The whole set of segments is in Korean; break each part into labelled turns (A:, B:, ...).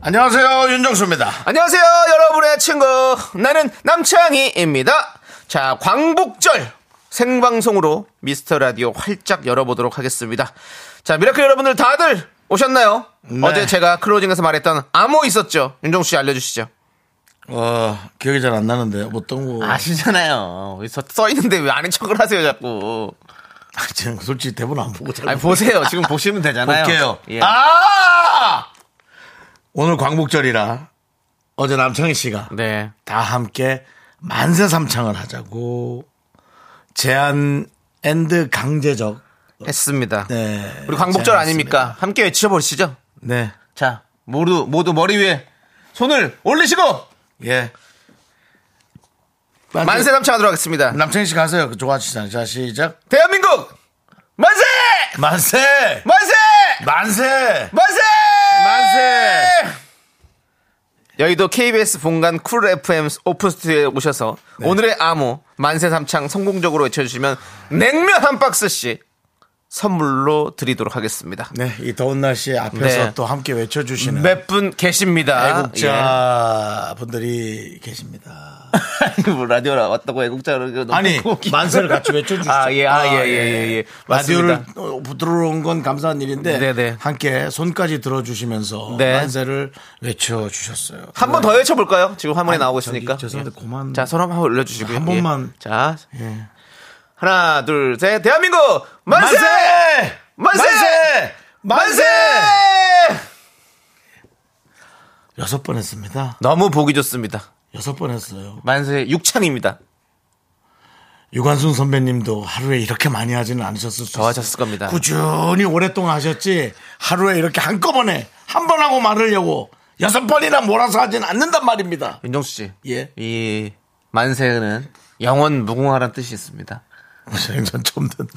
A: 안녕하세요 윤정수입니다.
B: 안녕하세요, 여러분의 친구. 나는 남창희입니다. 자, 광복절 생방송으로 미스터 라디오 활짝 열어보도록 하겠습니다. 자, 미라클 여러분들 다들 오셨나요?
A: 네.
B: 어제 제가 클로징에서 말했던 암호 있었죠? 윤종수 씨 알려주시죠.
A: 어 기억이 잘 안 나는데 뭐 어떤 거?
B: 아시잖아요. 서- 써 있는데 왜 아는 척을 하세요, 자꾸.
A: 아, 지금 솔직히 대본 안 보고 잘
B: 아니, 보세요. 지금 보시면 되잖아요.
A: 볼게요.
B: 예.
A: 아 오늘 광복절이라 어제 남창희 씨가
B: 네.
A: 다 함께 만세 삼창을 하자고 제한 앤드 강제적
B: 했습니다.
A: 네
B: 우리 광복절
A: 제안했습니다.
B: 아닙니까? 함께 외쳐보시죠.
A: 네
B: 자, 모두, 모두 머리 위에 손을 올리시고
A: 예.
B: 만세 삼창하도록 하겠습니다.
A: 남창희 씨가 하세요. 그 좋아하시잖아요. 자, 시작.
B: 대한민국 만세!
A: 만세!
B: 만세!
A: 만세!
B: 만세!
A: 만세!
B: 여의도 KBS 본관 쿨 FM 오픈 스튜디오에 오셔서
A: 네.
B: 오늘의 암호 만세 삼창 성공적으로 외쳐주시면 냉면 한 박스씩 선물로 드리도록 하겠습니다.
A: 네, 이 더운 날씨에 앞에서
B: 네.
A: 또 함께 외쳐주시는
B: 몇 분 계십니다.
A: 애국자 분들이 계십니다.
B: 예. 뭐 라디오라 왔다고 애국자를 너무
A: 아니,
B: 웃기고.
A: 만세를 같이 외쳐주시죠.
B: 아, 예, 아, 예, 예, 예, 예.
A: 라디오를
B: 맞습니다.
A: 어, 들어온 건 감사한 일인데,
B: 네, 네.
A: 함께 손까지 들어주시면서
B: 네.
A: 만세를 외쳐주셨어요.
B: 한 번 더 외쳐볼까요? 지금 화면에
A: 네. 아니,
B: 나오고
A: 저기
B: 있으니까. 예.
A: 죄송한데 고만-
B: 자, 손 한 번 올려주시고요.
A: 한 번만.
B: 예. 자,
A: 예.
B: 하나, 둘, 셋. 대한민국 만세! 만세!
A: 만세!
B: 만세!
A: 여섯 번 했습니다.
B: 너무 보기 좋습니다.
A: 여섯 번 했어요.
B: 만세 육창입니다.
A: 유관순 선배님도 하루에 이렇게 많이 하지는 않으셨을 수
B: 더 하셨을
A: 있어요.
B: 겁니다.
A: 꾸준히 오랫동안 하셨지 하루에 이렇게 한꺼번에 한 번 하고 말으려고 여섯 번이나 몰아서 하진 않는단 말입니다.
B: 윤정수 씨.
A: 예.
B: 이 만세는 영원 무궁화란 뜻이 있습니다.
A: 전 처음 듣는데.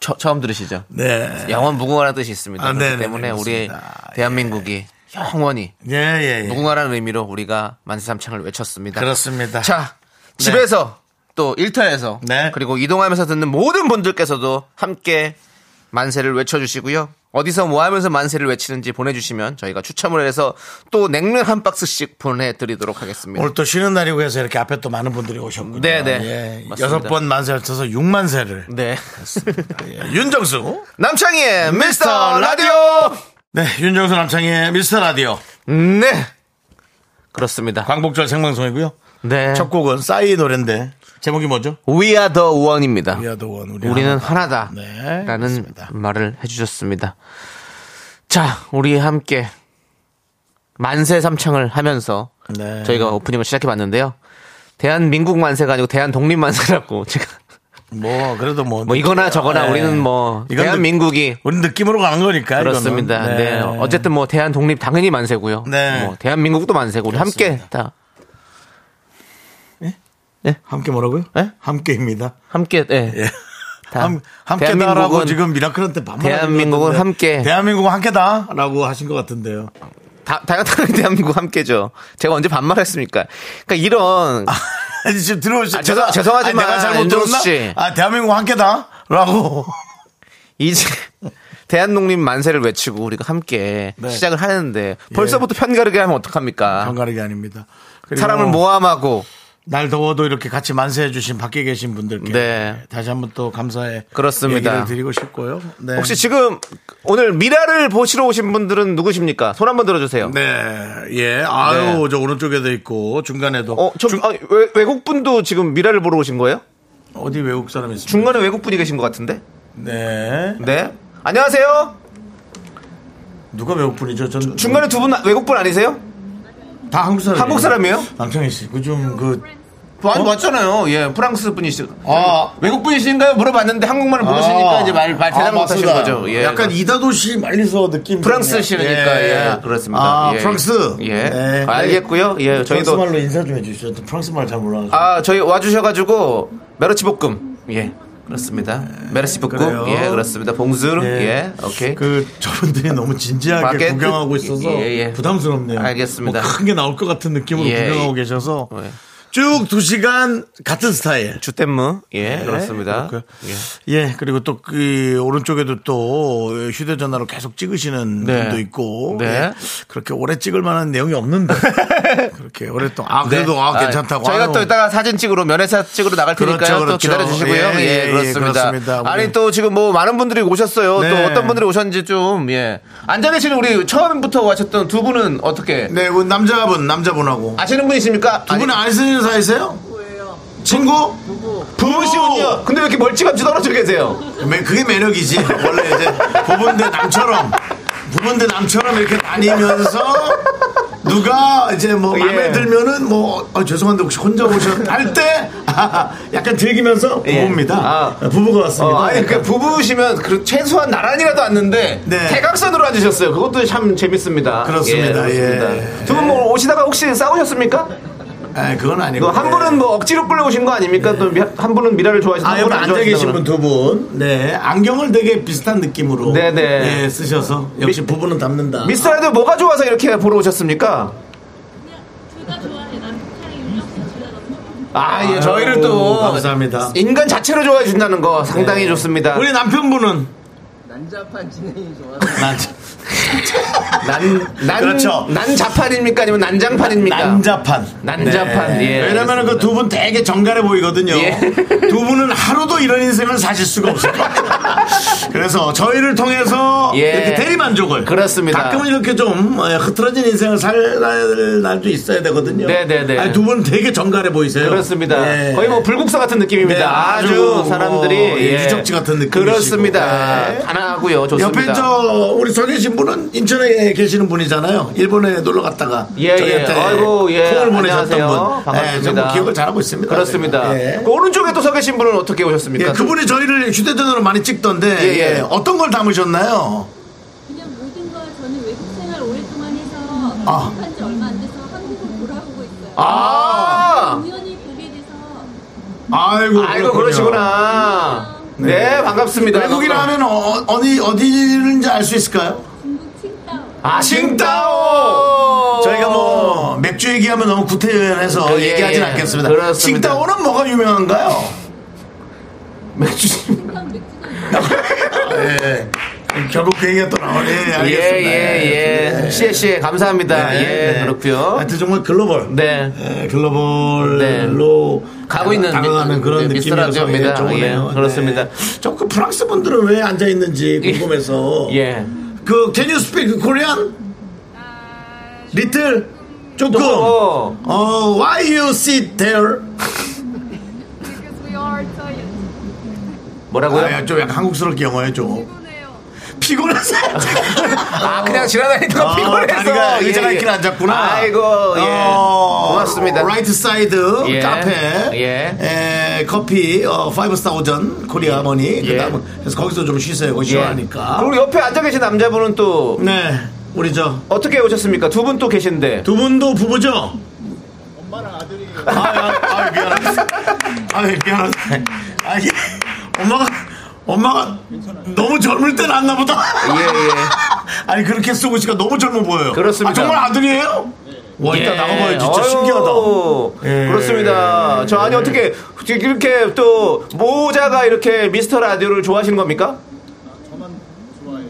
B: 처, 음 들으시죠?
A: 네.
B: 영원 무궁화란 뜻이 있습니다.
A: 아,
B: 그렇기
A: 네네,
B: 때문에 우리
A: 그렇습니다.
B: 대한민국이 영원히
A: 예, 예, 예.
B: 무궁화라는 의미로 우리가 만세삼창을 외쳤습니다.
A: 그렇습니다.
B: 자, 집에서 또 일터에서
A: 네.
B: 그리고 이동하면서 듣는 모든 분들께서도 함께 만세를 외쳐주시고요. 어디서 뭐 하면서 만세를 외치는지 보내주시면 저희가 추첨을 해서 또 냉면 한 박스씩 보내드리도록 하겠습니다.
A: 오늘 또 쉬는 날이고 해서 이렇게 앞에 또 많은 분들이 오셨군요.
B: 네, 네.
A: 예.
B: 맞습니다.
A: 여섯 번 만세 합쳐서 육만세를 예.
B: 네.
A: 윤정수.
B: 남창희의 미스터 라디오!
A: 네, 윤정수 남창의 미스터 라디오.
B: 네. 그렇습니다.
A: 광복절 생방송이고요.
B: 네.
A: 첫 곡은 싸이 노래인데 제목이 뭐죠?
B: We are the one입니다.
A: 위아더원 우리
B: 우리는 하나다.
A: 네,
B: 라는
A: 그렇습니다.
B: 말을 해주셨습니다. 자, 우리 함께 만세 삼창을 하면서
A: 네.
B: 저희가 오프닝을 시작해봤는데요. 대한민국 만세가 아니고 대한 독립 만세라고 제가
A: 뭐 그래도 뭐,
B: 뭐 이거나 저거나
A: 네.
B: 우리는 뭐
A: 이건
B: 대한민국이
A: 우리 느낌으로 가는 거니까
B: 그렇습니다.
A: 이거는.
B: 네. 어쨌든 뭐 대한 독립 당연히 만세고요.
A: 네.
B: 뭐 대한민국도 만세고 우리 함께
A: 그렇습니다.
B: 다
A: 함께 뭐라고요?
B: 예?
A: 함께입니다.
B: 함께 예.
A: 예.
B: 다
A: 함, 함께
B: 대한민국은-
A: 다라고 지금 미라클한테 반말
B: 대한민국은 함께.
A: 대한민국은 함께다라고 하신 것 같은데요.
B: 다, 당연히 대한민국 함께죠. 제가 언제 반말했습니까? 그러니까 이런
A: 아니 지금 들어오시
B: 아, 죄송- 죄송하지만
A: 내가 잘못
B: 윤정수
A: 들었나?
B: 씨.
A: 아 대한민국 함께다라고
B: 이제 대한독립 만세를 외치고 우리가 함께
A: 네.
B: 시작을 하는데 벌써부터 편가르게 하면 어떡합니까?
A: 반가르기 아닙니다. 그리고
B: 사람을 모함하고
A: 날 더워도 이렇게 같이 만세해 주신 밖에 계신 분들께
B: 네.
A: 다시 한번 또 감사의
B: 그렇습니다.
A: 얘기를 드리고 싶고요. 네.
B: 혹시 지금 오늘 미라를 보시러 오신 분들은 누구십니까? 손 한번 들어주세요.
A: 네, 예, 아유, 저 오른쪽에도 있고 중간에도
B: 어, 저,
A: 중-
B: 아, 외, 외국분도 지금 미라를 보러 오신 거예요?
A: 어디 외국 사람이 있습니까?
B: 중간에 외국분이 계신 것 같은데?
A: 네,
B: 네. 안녕하세요.
A: 누가 외국 분이죠? 전
B: 중간에 두 분 외국분 아니세요?
A: 다 한국 사람
B: 한국 사람이에요?
A: 남창희 씨, 그 좀 그
B: 아니 맞잖아요. 예, 프랑스 분이시.
A: 아.
B: 외국 분이신가요? 물어봤는데 한국말을 모르시니까 이제 말, 말 대답
A: 아,
B: 못하신
A: 맞습니다.
B: 거죠. 예,
A: 약간 이다도시 말리서 느낌.
B: 프랑스시니까 예. 그렇습니다.
A: 아,
B: 예.
A: 프랑스.
B: 예,
A: 네.
B: 알겠고요.
A: 저희도
B: 예, 저희도
A: 말로 인사 좀 해주시죠. 또 프랑스 말 잘 몰라가지고.
B: 아 저희 와주셔가지고 메르치 볶음. 예, 그렇습니다. 메르치
A: 그래요.
B: 볶음. 예, 그렇습니다. 봉수르. 예, 오케이.
A: 네. 그 저분들이 너무 진지하게
B: 마켓?
A: 구경하고 있어서
B: 예, 예.
A: 부담스럽네요. 뭐
B: 알겠습니다.
A: 큰 게 나올 것 같은 느낌으로
B: 예.
A: 구경하고 계셔서
B: 예.
A: 쭉 두 시간 같은 스타일.
B: 주템무. 예, 그렇습니다.
A: 네, 그렇고요.
B: 예.
A: 예, 그리고 또 그 오른쪽에도 또 휴대전화로 계속 찍으시는
B: 네.
A: 분도 있고
B: 네.
A: 예. 그렇게 오래 찍을 만한 내용이 없는데 그렇게 오랫동안 아 그래도
B: 네.
A: 아 괜찮다고
B: 저희가
A: 아유.
B: 또 이따가 사진 찍으러 면회사 찍으러 나갈
A: 그렇죠,
B: 테니까요. 또
A: 그렇죠.
B: 기다려 주시고요.
A: 예,
B: 예,
A: 예, 예,
B: 그렇습니다.
A: 그렇습니다. 우리-
B: 아니 또 지금 뭐 많은 분들이 오셨어요.
A: 네.
B: 또 어떤 분들이 오셨는지 좀 예. 앉아 계시는 우리 처음부터 와셨던 두 분은 어떻게
A: 네, 그 남자분 남자분하고
B: 아시는 분이십니까?
A: 두 분은 안 쓰는 사이세요? 친구?
B: 부부시군요. 어, 근데 왜 이렇게 멀찌감치 떨어져 계세요?
A: 매- 그게 매력이지. 원래 이제 부부인데 남처럼 부부인데 남처럼 이렇게 다니면서 누가 이제 뭐 마음에
B: 예.
A: 들면은 뭐 어, 죄송한데 혹시 혼자 오셨 할때 약간 즐기면서
B: 예.
A: 부부입니다.
B: 아.
A: 부부가 왔습니다.
B: 어, 아니 그 부부시면 그 최소한 나란히라도 앉는데
A: 네.
B: 대각선으로 앉으셨어요. 그것도 참 재밌습니다.
A: 그렇습니다. 예.
B: 두분 뭐 오시다가 혹시 싸우셨습니까?
A: 아, 그건 아니고
B: 이거 한 분은 뭐 억지로 끌려오신 거 아닙니까? 또 한 분은 미라를 좋아하시는
A: 아, 여기 앉아 계신 분 두 분. 네. 안경을 되게 비슷한 느낌으로.
B: 네네.
A: 예, 쓰셔서. 역시 부부는 닮는다.
B: 미스터라이드 뭐가 좋아서 이렇게 보러 오셨습니까?
C: 둘다 좋아해. 남편이 윤정수 둘다 너무
B: 아, 예,
A: 아유,
B: 저희를 또
A: 감사합니다.
B: 인간 자체로 좋아해 준다는 거 상당히 좋습니다.
A: 우리 남편분은
D: 난잡한 진행이 좋아.
B: 난, 난,
A: 그렇죠.
B: 난 자판입니까? 아니면 난장판입니까?
A: 난자판.
B: 그러니까 난자판, 예,
A: 왜냐면은 그 두 분 되게 정갈해 보이거든요.
B: 예.
A: 두 분은 하루도 이런 인생을 사실 수가 없을 것 같아요. 그래서 저희를 통해서
B: 예.
A: 이렇게 대리만족을.
B: 그렇습니다.
A: 가끔은 이렇게 좀 어, 흐트러진 인생을 살날 날도 있어야 되거든요.
B: 네네네.
A: 아니, 두 분은 되게 정갈해 보이세요.
B: 그렇습니다.
A: 예.
B: 거의 뭐 불국사 같은 느낌입니다.
A: 네, 아주
B: 아주
A: 뭐
B: 사람들이 예.
A: 유적지 같은 느낌이시고.
B: 그렇습니다.
A: 네.
B: 단아하고요. 좋습니다.
A: 옆에 저 우리 서 계신 분은 인천에 계시는 분이잖아요. 일본에 놀러 갔다가
B: 예,
A: 저희한테
B: 예. 아이고, 예.
A: 콩을 보내셨던
B: 안녕하세요.
A: 분.
B: 반갑습니다.
A: 예, 정말 기억을 잘하고 있습니다.
B: 그렇습니다.
A: 예.
B: 그 오른쪽에 또 서 계신 분은 어떻게 오셨습니까?
A: 예, 그분이 저희를 휴대전화로 많이 찍던데
B: 그러니까 예, 예.
A: 예, 어떤 걸 담으셨나요?
C: 그냥 모든 걸 저는 외국 생활 오랫동안 해서
A: 아.
C: 한지 얼마 안 돼서 한국을 돌아오고 있어요.
B: 아!
C: 우연히 보게 돼서
A: 아이고,
B: 아이고, 그러시구나. 아. 네, 반갑습니다.
A: 외국이라 하면 어, 어디 어디인지 알 수 있을까요?
C: 중국 칭다오.
B: 아, 싱따오!
A: 저희가 뭐 맥주 얘기하면 너무 구태여서
B: 어. 그, 예,
A: 얘기하진
B: 예.
A: 않겠습니다.
B: 그렇습니다.
A: 식다오는 뭐가 유명한가요?
B: 맥주.
C: 칭다오 맥주가 있어요.
A: 예. 결국 그 얘기가 또 나오네.
B: 예,
A: 알겠습니다. 네.
B: 예, 예. 씨에, 씨에, 감사합니다. 예, 그렇고요
A: 하여튼 정말 글로벌.
B: 네.
A: 예, 글로벌로
B: 가고 있는
A: 다가가는
B: 미- 네,
A: 그런
B: 미-
A: 느낌이라서
B: 미스터라디오입니다.
A: 예, 좋으네요.
B: 예, 그렇습니다.
A: 좀그 프랑스 분들은 왜 앉아 있는지 궁금해서.
B: 예.
A: 그 Can you speak Korean? 리틀 조금.
B: 어.
A: 어, why you sit there?
E: Because we are tired.
B: 뭐라고요?
A: 아, 야, 좀 약간 한국스럽게 영어해 좀.
E: 피곤해요.
A: 피곤해서.
B: 아, 그냥 지나다니까
A: 아,
B: 피곤해서.
A: 다리가 의자가
B: 예, 예.
A: 있긴 앉았구나.
B: 아이고, 예.
A: 어,
B: 고맙습니다.
A: 라이트 사이드
B: 예.
A: 카페.
B: 예.
A: 에, 커피 어, 5,000 코리아 머니.
B: 예.
A: 그다음 그래서 거기서 좀 쉬세요. 거기
B: 예.
A: 시원하니까.
B: 그리고 옆에 앉아 계신 남자분은 또
A: 네. 우리 저 두
B: 어떻게 오셨습니까? 두 분 또 계신데.
A: 분도 부부죠? 엄마랑 아들이. 아, 아, 아 미안합니다. 아, 미안합니다. 아, 이게 엄마가 엄마가 너무 젊을 때 낳았나 보다.
B: 예, 예.
A: 아니 그렇게 쓰고 있으니까 너무 젊어 보여요.
B: 그렇습니다. 예.
A: 아, 정말 아들이에요? 와 이따 나가봐요 진짜 신기하다. 예.
B: 그렇습니다. 저 아니 어떻게 이렇게 또 모자가 이렇게 미스터 라디오를 좋아하시는 겁니까?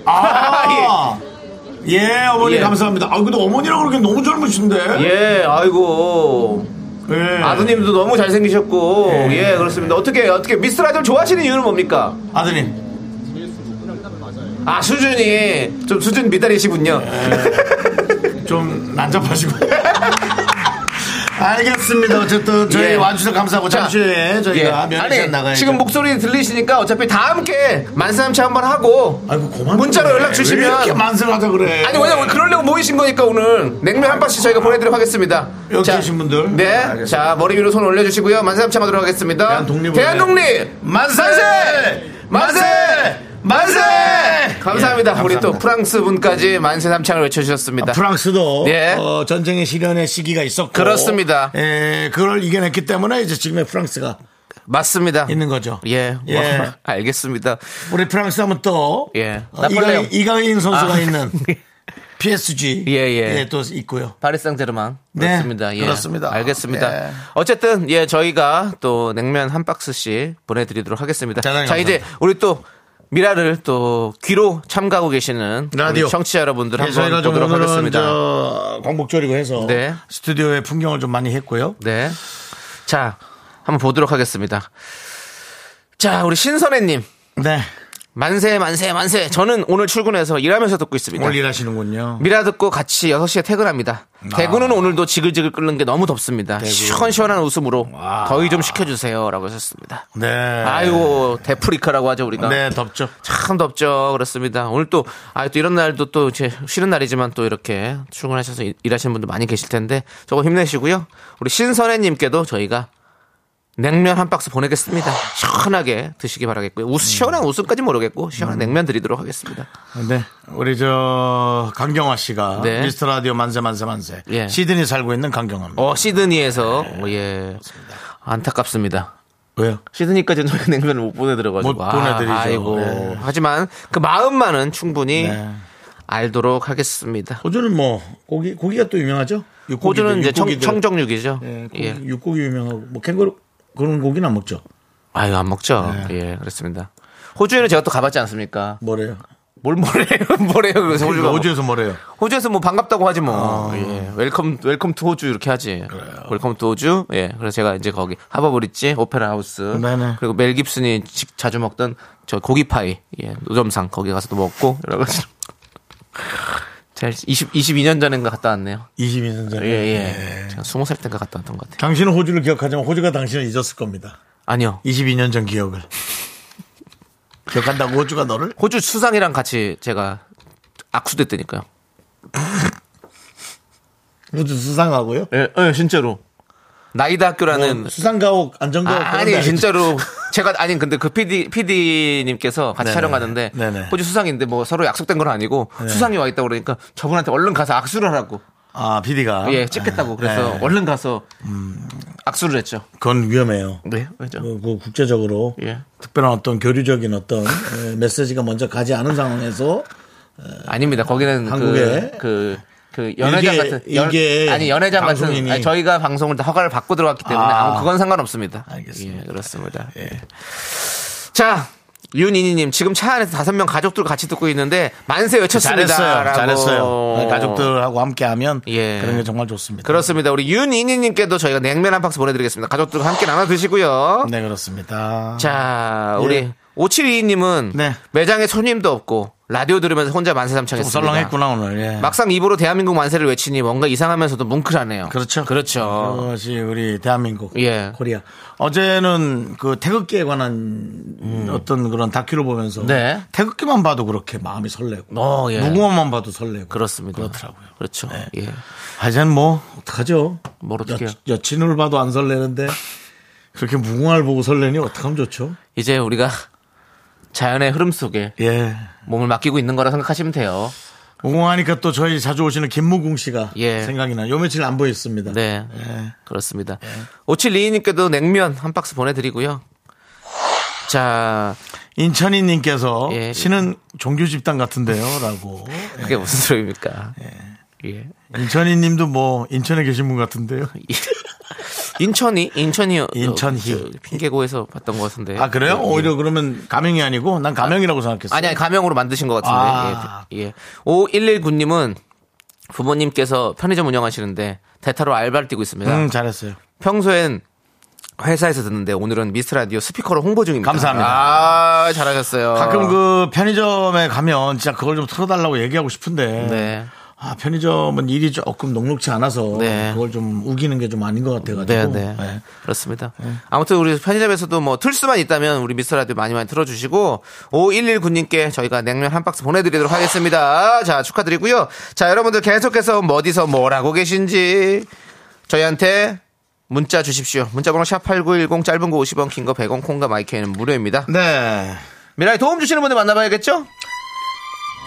A: 아, 예. 어머니
B: 예.
A: 감사합니다. 아 근데 어머니랑 그렇게 너무 젊으신데.
B: 예, 아이고
A: 예.
B: 아드님도 너무 잘생기셨고 예, 그렇습니다. 어떻게 어떻게 미스터 라디오 를 좋아하시는 이유는 뭡니까?
A: 아드님.
B: 아 수준이 좀 수준
A: 예,
B: 미달이시군요.
A: 좀 난잡하시고. 네. 알겠습니다. 어쨌든 저희
B: 예.
A: 와주셔서 감사하고
B: 자,
A: 잠시 후에 저희가
B: 예.
A: 면회장 나가야
B: 아니 지금 목소리 들리시니까 어차피 다 함께 만삼차 한번 하고
A: 아이고 고만
B: 문자로 연락 주시면-
A: 왜 이렇게 만세하자 그래.
B: 아니 왜냐면 그러려고 모이신 거니까 오늘 냉면 한 박씩 저희가 보내드리도록 하겠습니다
A: 여기
B: 자,
A: 계신 분들.
B: 네.
A: 알겠습니다.
B: 자 머리 위로 손 올려주시고요 만삼차 가도록 하겠습니다
A: 대한 독립을
B: 대한 독립
A: 만세!
B: 만세!
A: 만세!
B: 감사합니다
A: 예,
B: 우리 또
A: 감사합니다.
B: 프랑스 분까지 만세 삼창을 외쳐주셨습니다
A: 아, 프랑스도
B: 예.
A: 어, 전쟁의 시련의 시기가 있었고
B: 그렇습니다.
A: 예, 그걸 이겨냈기 때문에 이제 지금의 프랑스가
B: 맞습니다
A: 있는 거죠.
B: 예, 뭐,
A: 예.
B: 알겠습니다
A: 우리 프랑스 하면 또
B: 예.
A: 어,
B: 나폴레옹.
A: 이강인, 이강인 선수가
B: 아.
A: 있는 PSG
B: 예, 예.
A: 또 있고요.
B: 파리상제르망
A: 네,
B: 그렇습니다. 예.
A: 그렇습니다.
B: 알겠습니다.
A: 예.
B: 어쨌든 예 저희가 또 냉면 한 박스씩 보내드리도록 하겠습니다.
A: 대단히
B: 자 이제 우리 또 미라를 또 귀로 참가하고 계시는 우리
A: 라디오.
B: 청취자 여러분들
A: 예,
B: 한번
A: 저희가 좀
B: 보도록
A: 오늘은
B: 하겠습니다.
A: 저 광복절이고 해서
B: 네.
A: 스튜디오의 풍경을 좀 많이 했고요.
B: 네, 자 한번 보도록 하겠습니다. 자 우리 신선혜님
A: 네,
B: 만세 만세 만세. 저는 오늘 출근해서 일하면서 듣고 있습니다.
A: 오늘 일하시는군요.
B: 미라 듣고 같이 6시에 퇴근합니다. 대구는 오늘도 지글지글 끓는 게 너무 덥습니다. 시원시원한 웃음으로 더위 좀 식혀주세요. 라고 하셨습니다.
A: 네,
B: 아이고, 데프리카라고 하죠, 우리가.
A: 네 덥죠.
B: 참 덥죠. 그렇습니다. 오늘 또, 아, 또 이런 날도 또 이제 쉬는 날이지만 또 이렇게 출근하셔서 일- 일하시는 분들 많이 계실 텐데 저거 힘내시고요. 우리 신선혜님께도 저희가 냉면 한 박스 보내겠습니다. 시원하게 드시기 바라겠고요. 웃, 시원한 웃음까지 모르겠고, 시원한 냉면 드리도록 하겠습니다.
A: 네, 우리 저 강경화 씨가
B: 네.
A: 미스터 라디오 만세 만세 만세.
B: 예.
A: 시드니 살고 있는 강경화입니다.
B: 어 시드니에서 어, 예 안타깝습니다.
A: 왜요?
B: 시드니까지는 저희 냉면을 못 보내드려가지고
A: 못
B: 아,
A: 보내드리죠.
B: 아이고
A: 네.
B: 하지만 그 마음만은 충분히
A: 네.
B: 알도록 하겠습니다.
A: 호주는 뭐 고기 고기가 또 유명하죠. 육고기들,
B: 호주는 이제 청,
A: 육고기들.
B: 청정육이죠.
A: 예, 고기,
B: 예.
A: 육고기 유명하고 뭐 캥거루 그런 고기는 안 먹죠.
B: 아유 안 먹죠. 예 그렇습니다. 호주에는 제가 또 가봤지 않습니까?
A: 뭐래요?
B: 뭘 뭐래요, 뭐래요. 그래서 호주가 뭐-
A: 호주에서 뭐래요?
B: 호주에서 뭐 반갑다고 하지 뭐. 예. 웰컴 웰컴 투 호주 이렇게 하지. 웰컴 투 호주. 예. 그래서 제가 이제 거기 하버 브릿지 오페라 하우스.
A: 네네.
B: 그리고 멜 깁슨이 직- 자주 먹던 저 고기 파이. 예. 노점상 거기 가서도 먹고 여러 가지. 제가 20 22년 전인가 갔다 왔네요.
A: 22년 전에.
B: 예, 예. 제가 20살 때인가 갔다 왔던 것 같아요.
A: 당신은 호주를 기억하지만 호주가 당신을 잊었을 겁니다.
B: 아니요.
A: 22년 전 기억을. 기억한다고 호주가 너를?
B: 호주 수상이랑 같이 제가 악수됐다니까요.
A: 호주 수상하고요.
B: 예, 예, 진짜로. 뭐, 나이다 학교라는
A: 수상가옥 안정가옥.
B: 아,
A: 그런
B: 아니
A: 데 알지?
B: 진짜로 제가 아니 근데 그 PD PD님께서 같이
A: 네네.
B: 촬영하는데
A: 네네.
B: 호주 수상인데 뭐 서로 약속된 건 아니고 수상이 와 있다 고 그러니까 저분한테 얼른 가서 악수를 하라고
A: 아 PD가 아, 네.
B: 예 찍겠다고 그래서 얼른 가서 악수를 했죠.
A: 그건 위험해요.
B: 음. 네 왜죠?
A: 그, 그 국제적으로
B: 예.
A: 특별한 어떤 교류적인 어떤 에, 메시지가 먼저 가지 않은 상황에서
B: 아닙니다. 거기는
A: 한국에
B: 그, 그, 그 연회장
A: 이게-
B: 같은 연-
A: 이게
B: 아니 연회장 같은
A: 방송인이-
B: 아니, 저희가 방송을 다 허가를 받고 들어갔기 때문에
A: 아.
B: 아무 그건 상관없습니다.
A: 알겠습니다.
B: 예, 그렇습니다. 예. 자. 윤이니님 지금 차 안에서 다섯 명 가족들 같이 듣고 있는데 만세 외쳤습니다.
A: 잘했어요,
B: 라고.
A: 잘했어요. 네, 가족들하고 함께하면
B: 예. 그렇죠?
A: 그런 게 정말 좋습니다.
B: 그렇습니다. 우리 윤이니님께도 저희가 냉면 한 박스 보내드리겠습니다. 가족들과 함께 나눠 드시고요.
A: 네 그렇습니다.
B: 자 우리
A: 예.
B: 5722님은
A: 네.
B: 매장에 손님도 없고 라디오 들으면서 혼자 만세
A: 좀
B: 삼창했습니다.
A: 썰렁했구나 오늘. 예.
B: 네. 막상 입으로 대한민국 만세를 외치니 뭔가 이상하면서도 뭉클하네요.
A: 그렇죠.
B: 그렇죠.
A: 그것이 우리 대한민국,
B: 예.
A: 코리아. 어제는 그 태극기에 관한 어떤 그런 다큐를 보면서
B: 음. 네.
A: 태극기만 봐도 그렇게 마음이 설레고
B: 어, 예.
A: 무궁화만 봐도 설레고
B: 그렇습니다.
A: 그렇더라고요.
B: 그렇죠. 예.
A: 하여튼 뭐 어떡하죠?
B: 뭘 어떡해요?
A: 여, 친을 봐도 안 설레는데 그렇게 무궁화를 보고 설레니 어떡하면 좋죠?
B: 이제 우리가 자연의 흐름 속에
A: 예.
B: 몸을 맡기고 있는 거라 생각하시면 돼요.
A: 무궁화니까 또 저희 자주 오시는 김무궁 씨가
B: 예.
A: 생각이 나요. 요 며칠 안 보였습니다.
B: 네.
A: 예.
B: 그렇습니다. 5722님께도 냉면 한 박스 보내드리고요. 자,
A: 인천이 님께서
B: 예.
A: 신은 종교 집단 같은데요. 라고.
B: 그게 무슨 소리입니까? 예.
A: 인천이 님도 뭐 인천에 계신 분 같은데요.
B: 인천이? 인천이요.
A: 인천희.
B: 저 핑계고에서 봤던 것 같은데.
A: 아, 그래요? 오히려 그러면 가명이 아니고 난 가명이라고 생각했어요.
B: 아니, 아니, 가명으로 만드신 것 같은데.
A: 아.
B: 예. 예. 5119님은 부모님께서 편의점 운영하시는데 대타로 알바를 뛰고 있습니다.
A: 음, 잘했어요.
B: 평소엔 회사에서 듣는데 오늘은 미스터 라디오 스피커로 홍보 중입니다.
A: 감사합니다. 그
B: 아, 잘하셨어요.
A: 가끔 그 편의점에 가면 진짜 그걸 좀 틀어달라고 얘기하고 싶은데
B: 네.
A: 아, 편의점은 일이 조금 녹록치 않아서
B: 네.
A: 그걸 좀 우기는 게 좀 아닌 것
B: 네,
A: 같아가지고.
B: 네.
A: 네.
B: 그렇습니다. 아무튼 우리 편의점에서도 뭐 틀 수만 있다면 우리 미스터 라디오 많이 많이 틀어주시고 5119님께 저희가 냉면 한 박스 보내드리도록 하겠습니다. 자, 축하드리고요. 자, 여러분들 계속해서 뭐 어디서 뭘 하고 계신지 저희한테 문자 주십시오. 문자번호 샵8910 짧은 거 50원, 긴 거 100원, 콩과 마이크는 무료입니다.
A: 네.
B: 미라에 도움 주시는 분들 만나봐야겠죠?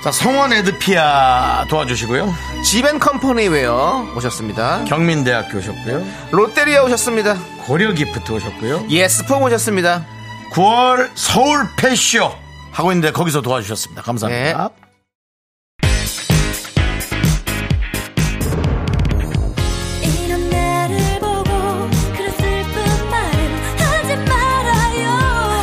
A: 자, 성원 에드피아 도와주시고요.
B: 지벤컴퍼니웨어 오셨습니다.
A: 경민대학교 오셨고요.
B: 롯데리아 오셨습니다.
A: 고려기프트 오셨고요.
B: 예스폼 오셨습니다.
A: 9월 서울 패쇼 하고 있는데 거기서 도와주셨습니다. 감사합니다.
B: 네.
F: 이런 나를 보고 그런 슬픈 말은 하지 말아요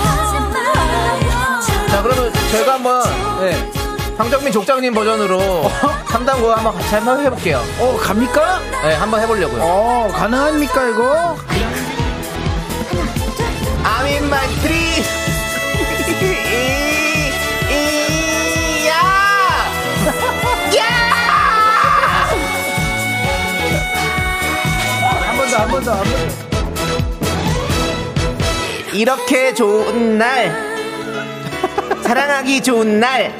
F: 하지 말아요
B: 자, 그러면 저희가 한번 네, 황정민 족장님 버전으로 3단고 한번 같이 한번 해볼게요.
G: 어, 갑니까?
B: 네, 한번 해보려고요.
G: 어, 가능합니까, 이거?
B: I'm in my tree. 이- 이- 야!
G: 한 번 더, 한 번 더, 한 번 더.
B: 이렇게 좋은 날 사랑하기 좋은 날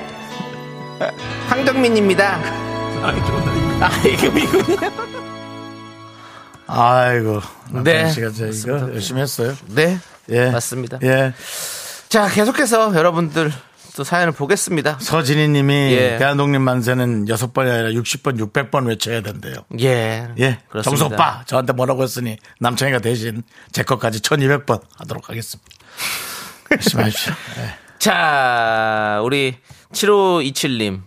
B: 황정민입니다. 아 이게 미군이야?
A: 아이고. 남편 씨가 저 이거
B: 네. 맞습니다.
A: 열심히 했어요.
B: 네,
A: 예.
B: 맞습니다.
A: 예.
B: 자 계속해서 여러분들 또 사연을 보겠습니다.
A: 서진희 님이
B: 예.
A: 대한독립 만세는 6번이 아니라 60번, 600번 외쳐야 된대요.
B: 예,
A: 예.
B: 그렇습니다.
A: 정소빠 저한테 뭐라고 했으니 남창이가 대신 제 것까지 1200번 하도록 하겠습니다. 열심히 하십시오. 예.
B: 자, 우리 7527님.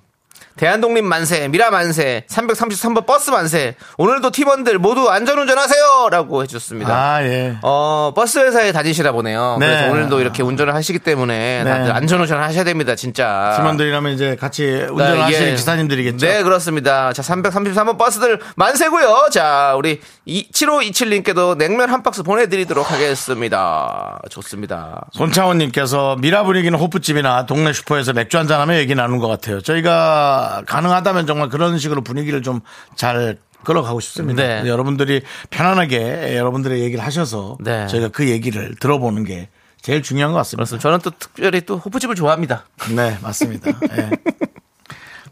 B: 대한독립 만세, 미라 만세, 333번 버스 만세. 오늘도 팀원들 모두 안전운전 하세요! 라고 해주셨습니다.
A: 아, 예.
B: 어, 버스 회사에 다니시라 보네요.
A: 네.
B: 그래서 오늘도 이렇게 운전을 하시기 때문에
A: 네.
B: 다들 안전운전 하셔야 됩니다, 진짜.
A: 팀원들이라면 이제 같이 운전하시는 기사님들이겠죠.
B: 예. 네, 그렇습니다. 자, 333번 버스들 만세고요. 자, 우리 이- 7527님께도 냉면 한 박스 보내드리도록 하겠습니다. 좋습니다.
A: 손창호님께서 미라 분위기는 호프집이나 동네 슈퍼에서 맥주 한잔 하며 얘기 나눈 것 같아요. 저희가 가능하다면 정말 그런 식으로 분위기를 좀 잘 끌어가고 싶습니다.
B: 네.
A: 여러분들이 편안하게 여러분들의 얘기를 하셔서
B: 네.
A: 저희가 그 얘기를 들어보는 게 제일 중요한 것 같습니다.
B: 그렇습니다. 저는 또 특별히 또 호프집을 좋아합니다.
A: 네, 맞습니다. 예.